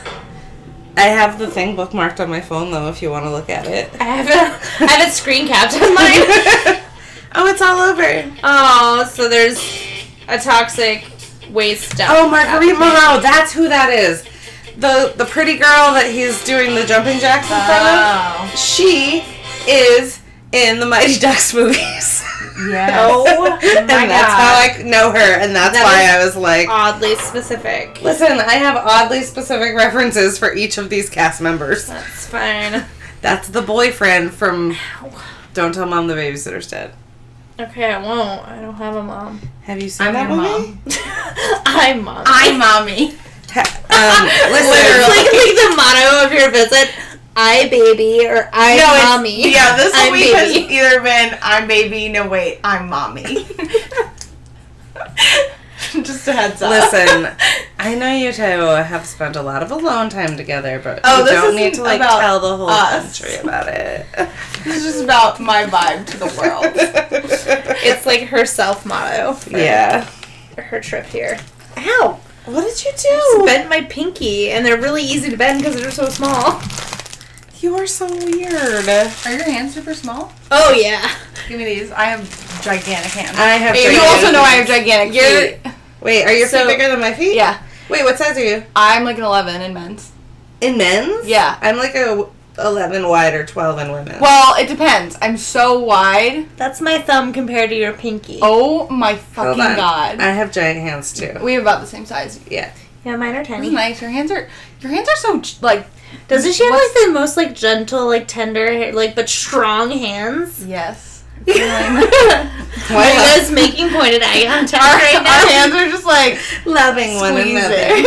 Speaker 3: I have the thing bookmarked on my phone though, if you want to look at it.
Speaker 1: I have it, I have it screen capped on mine.
Speaker 3: oh, it's all over.
Speaker 1: Oh, so there's a toxic waste stuff.
Speaker 3: Oh, Marguerite Monroe, that's who that is. The the pretty girl that he's doing the jumping jacks in front
Speaker 2: Oh,
Speaker 3: of. She is in the Mighty Ducks movies.
Speaker 2: yeah.
Speaker 1: Oh,
Speaker 3: and
Speaker 1: my
Speaker 3: that's
Speaker 1: God.
Speaker 3: how I know her, and that's
Speaker 1: That
Speaker 3: why
Speaker 1: is-
Speaker 3: I was
Speaker 8: Oh.
Speaker 3: like,
Speaker 1: oddly specific.
Speaker 3: listen, I have oddly specific references for each of these cast members.
Speaker 1: That's fine.
Speaker 3: That's the boyfriend from Don't Tell Mom the Babysitter's Dead.
Speaker 1: Okay, I won't. I don't have a mom.
Speaker 3: Have you seen
Speaker 2: I'm
Speaker 3: that
Speaker 2: your
Speaker 3: movie?
Speaker 2: mom.
Speaker 1: I'm mom.
Speaker 2: Hi, mommy.
Speaker 3: Ha- um, listen,
Speaker 1: Literally, like the motto of your visit. I baby or I
Speaker 2: No, it's-
Speaker 1: mommy.
Speaker 2: Yeah, this
Speaker 1: I'm
Speaker 2: week has
Speaker 1: baby.
Speaker 2: either been I'm baby, no wait, I'm mommy. Just a heads up.
Speaker 3: listen. I know you two have spent a lot of alone time together, but
Speaker 2: Oh,
Speaker 3: you
Speaker 2: this
Speaker 3: don't need
Speaker 2: isn't
Speaker 3: to like
Speaker 2: about
Speaker 3: tell the whole
Speaker 2: us.
Speaker 3: country about it.
Speaker 2: This is just about my vibe to the world.
Speaker 1: It's like her self motto for
Speaker 3: yeah.
Speaker 1: her trip here. Ow!
Speaker 3: What did you
Speaker 8: Just
Speaker 3: do?
Speaker 8: bend my pinky, and they're really easy to bend because they're so small.
Speaker 3: You are so weird.
Speaker 2: Are your hands super small?
Speaker 8: Oh yeah.
Speaker 2: Give me these. I have gigantic hands.
Speaker 3: I have.
Speaker 8: Wait,
Speaker 2: you
Speaker 3: gigantic-
Speaker 2: also know I have gigantic
Speaker 8: You're-
Speaker 2: feet.
Speaker 3: Wait, are your
Speaker 2: So-
Speaker 3: feet bigger than my feet?
Speaker 2: Yeah,
Speaker 3: Wait, what size are you?
Speaker 2: I'm like an 11 in men's.
Speaker 3: In men's?
Speaker 2: Yeah.
Speaker 3: I'm like a 11 wide or 12 in women.
Speaker 2: Well, it depends. I'm so wide.
Speaker 8: That's my thumb compared to your pinky.
Speaker 2: Oh my
Speaker 3: Hold
Speaker 2: fucking
Speaker 3: on.
Speaker 2: god.
Speaker 3: I have giant hands too.
Speaker 2: We have about the same size.
Speaker 3: Yeah.
Speaker 8: Yeah, mine are
Speaker 2: This is
Speaker 8: tiny.
Speaker 2: nice. Your hands are your hands are so j- like
Speaker 8: Doesn't she have
Speaker 2: What's-
Speaker 8: like the most like gentle, like tender, like but strong hands?
Speaker 2: yes.
Speaker 8: Are you guys making pointed eye contact
Speaker 2: Our,
Speaker 8: right
Speaker 2: our
Speaker 8: now?
Speaker 2: hands are just like
Speaker 3: Loving one
Speaker 2: Squeeze
Speaker 3: another.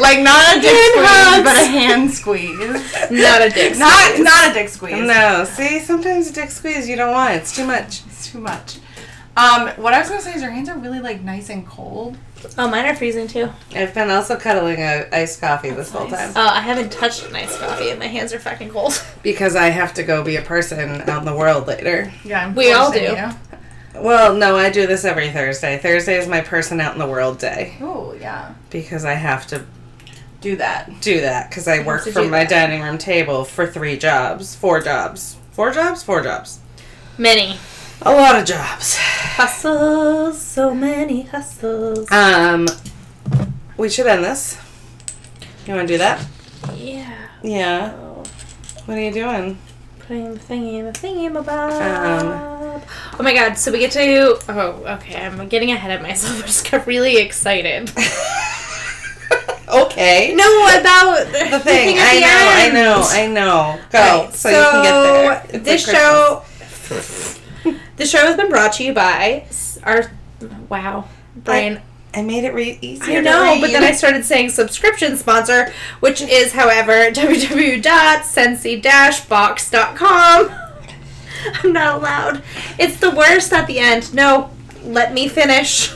Speaker 2: like not a dick
Speaker 8: Hand
Speaker 2: squeeze,
Speaker 8: hugs.
Speaker 2: but a hand squeeze.
Speaker 8: Not a dick.
Speaker 2: not not a dick squeeze.
Speaker 3: No, see, sometimes a dick squeeze you don't want. It's too much.
Speaker 2: It's too much. Um, what I was gonna say is your hands are really like nice and cold.
Speaker 8: Oh, mine are freezing too.
Speaker 3: I've been also cuddling a iced coffee this whole time
Speaker 8: Oh, I haven't touched an iced coffee, and my hands are fucking cold.
Speaker 3: because I have to go be a person out in the world later.
Speaker 2: Yeah, I'm
Speaker 8: We all
Speaker 2: forcing
Speaker 8: do.
Speaker 3: Well, no, I do this every Thursday. Thursday is my person out in the world day
Speaker 2: You. Ooh, yeah.
Speaker 3: because I have to
Speaker 2: Do that.
Speaker 3: do that because I work
Speaker 2: to
Speaker 3: from
Speaker 2: do
Speaker 3: my
Speaker 2: that.
Speaker 3: dining room table for three jobs, four jobs, four jobs, four jobs,
Speaker 8: Many
Speaker 3: a lot of jobs.
Speaker 8: hustles, so many hustles.
Speaker 3: Um, we should end this. You want to do that?
Speaker 8: Yeah.
Speaker 3: Yeah.
Speaker 8: Oh,
Speaker 3: What are you doing? Um,
Speaker 8: putting the thingy in the thingy in my bob. Oh my god! So we get to. Oh, okay. I'm getting ahead of myself. I just got really excited.
Speaker 3: okay.
Speaker 8: No, about the
Speaker 3: The thing.
Speaker 8: at
Speaker 3: I
Speaker 8: the
Speaker 3: know, I
Speaker 8: end.
Speaker 3: know, I know. Go.
Speaker 8: Right,
Speaker 3: so, you can get there. It's
Speaker 8: This
Speaker 3: like
Speaker 8: show, this show has been brought to you by s- our. Wow, Brian.
Speaker 3: Christmas. I made it re- easier.
Speaker 8: I
Speaker 3: to
Speaker 8: know, but then I
Speaker 3: read.
Speaker 8: started saying subscription sponsor, which is, however, www.sensi-box.com. I'm not allowed. It's the worst at the end. No, let me finish.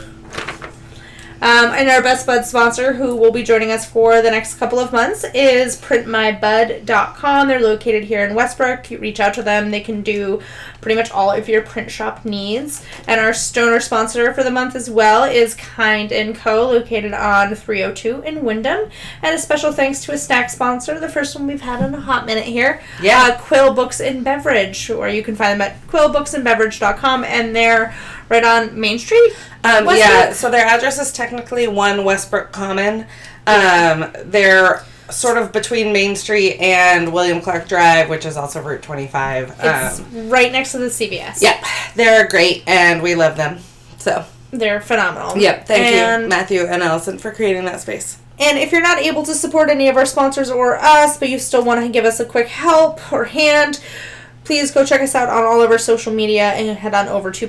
Speaker 8: Um, and our Best Bud sponsor, who will be joining us for the next couple of months, is printmybud.com. They're located here in Westbrook. You reach out to them, they can do pretty much all of your print shop needs. And our stoner sponsor for the month as well is Kind & Co., located on 302 in Wyndham. And a special thanks to a snack sponsor, the first one we've had in a hot minute here,
Speaker 3: Yeah.
Speaker 8: uh, Quill Books and Beverage, or you can find them at quillbooksandbeverage.com, and they're right on Main Street.
Speaker 3: Um,
Speaker 8: Westbrook.
Speaker 3: yeah, so their address is technically one Westbrook Common. Um, they're sort of between Main Street and William Clark Drive, which is also Route 25.
Speaker 8: It's
Speaker 3: um,
Speaker 8: right next to the CVS.
Speaker 3: yep, they're great and we love them. So,
Speaker 8: They're phenomenal.
Speaker 3: yep, thank you,
Speaker 8: And-
Speaker 3: Matthew and Allison, for creating that space.
Speaker 8: And if you're not able to support any of our sponsors or us, but you still want to give us a quick help or hand, please go check us out on all of our social media and head on over to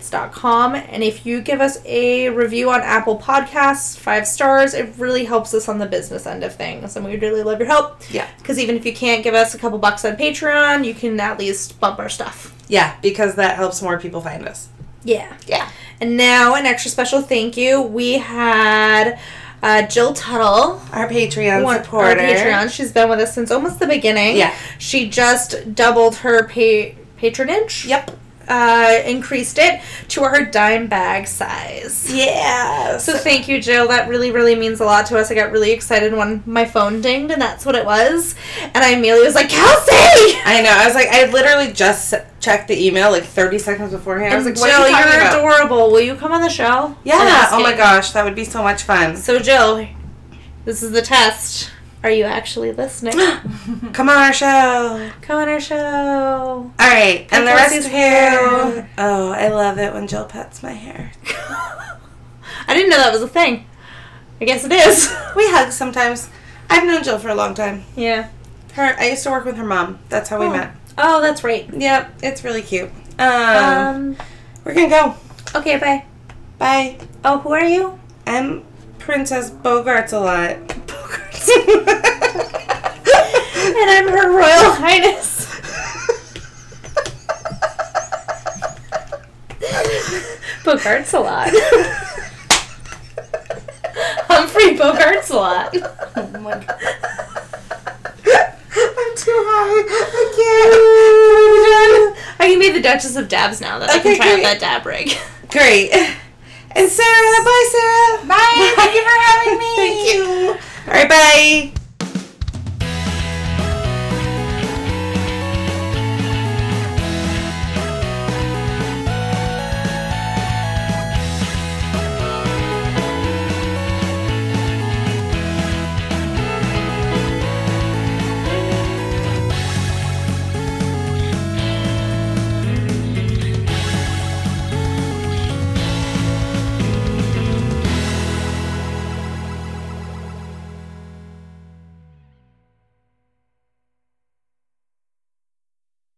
Speaker 8: pilotlights.com. And if you give us a review on Apple Podcasts, five stars, it really helps us on the business end of things. And we would really love your help.
Speaker 3: Yeah.
Speaker 8: Because even if you can't give us a couple bucks on Patreon, you can at least bump our stuff.
Speaker 3: Yeah, because that helps more people find us.
Speaker 8: Yeah.
Speaker 3: Yeah.
Speaker 8: And now, an extra special thank you. We had uh, Jill Tuttle,
Speaker 3: Our Patreon
Speaker 8: one-
Speaker 3: supporter.
Speaker 8: our Patreon. She's been with us since almost the beginning.
Speaker 3: Yeah.
Speaker 8: She just doubled her pa- patronage.
Speaker 3: Yep.
Speaker 8: Uh, increased it to her dime bag size.
Speaker 3: Yeah.
Speaker 8: So thank you, Jill. That really, really means a lot to us. I got really excited when my phone dinged, and that's what it was. And I immediately was like, Kelsey!
Speaker 3: I know. I was like, I literally just checked the email like 30 seconds beforehand. I was like,
Speaker 8: And
Speaker 3: what are you
Speaker 8: Jill,
Speaker 3: talking
Speaker 8: you're
Speaker 3: about?
Speaker 8: adorable. Will you come on the show? And
Speaker 3: Yeah.
Speaker 8: ask
Speaker 3: Oh my
Speaker 8: it.
Speaker 3: gosh, that would be so much fun.
Speaker 8: So, Jill, this is the test. Are you actually listening?
Speaker 3: Come on our show.
Speaker 8: Come on our show.
Speaker 3: All right, and the
Speaker 8: Pet
Speaker 3: rest
Speaker 8: Leslie's
Speaker 3: of you.
Speaker 8: hair.
Speaker 3: Oh, I love it when Jill pets my hair.
Speaker 8: I didn't know that was a thing. I guess it is.
Speaker 3: We hug sometimes. I've known Jill for a long time.
Speaker 8: yeah.
Speaker 3: Her, I used to work with her mom. That's how we
Speaker 8: Oh.
Speaker 3: met.
Speaker 8: Oh, that's right.
Speaker 3: Yep, it's really cute. Um,
Speaker 8: Um.
Speaker 3: we're gonna go.
Speaker 8: Okay. Bye.
Speaker 3: Bye.
Speaker 8: Oh, who are you?
Speaker 3: I'm Princess Bogarts a lot. Bogarts.
Speaker 8: And I'm Her Royal Highness. Bogart's a lot. Humphrey Bogart's a lot.
Speaker 3: I'm too high. I can't.
Speaker 8: I can be the Duchess of Dabs now. That I
Speaker 3: Okay,
Speaker 8: can try out
Speaker 3: great.
Speaker 8: that dab rig.
Speaker 3: Great. And Sarah, bye, Sarah.
Speaker 2: Bye. Thank you for having me.
Speaker 3: Thank you. All right, bye.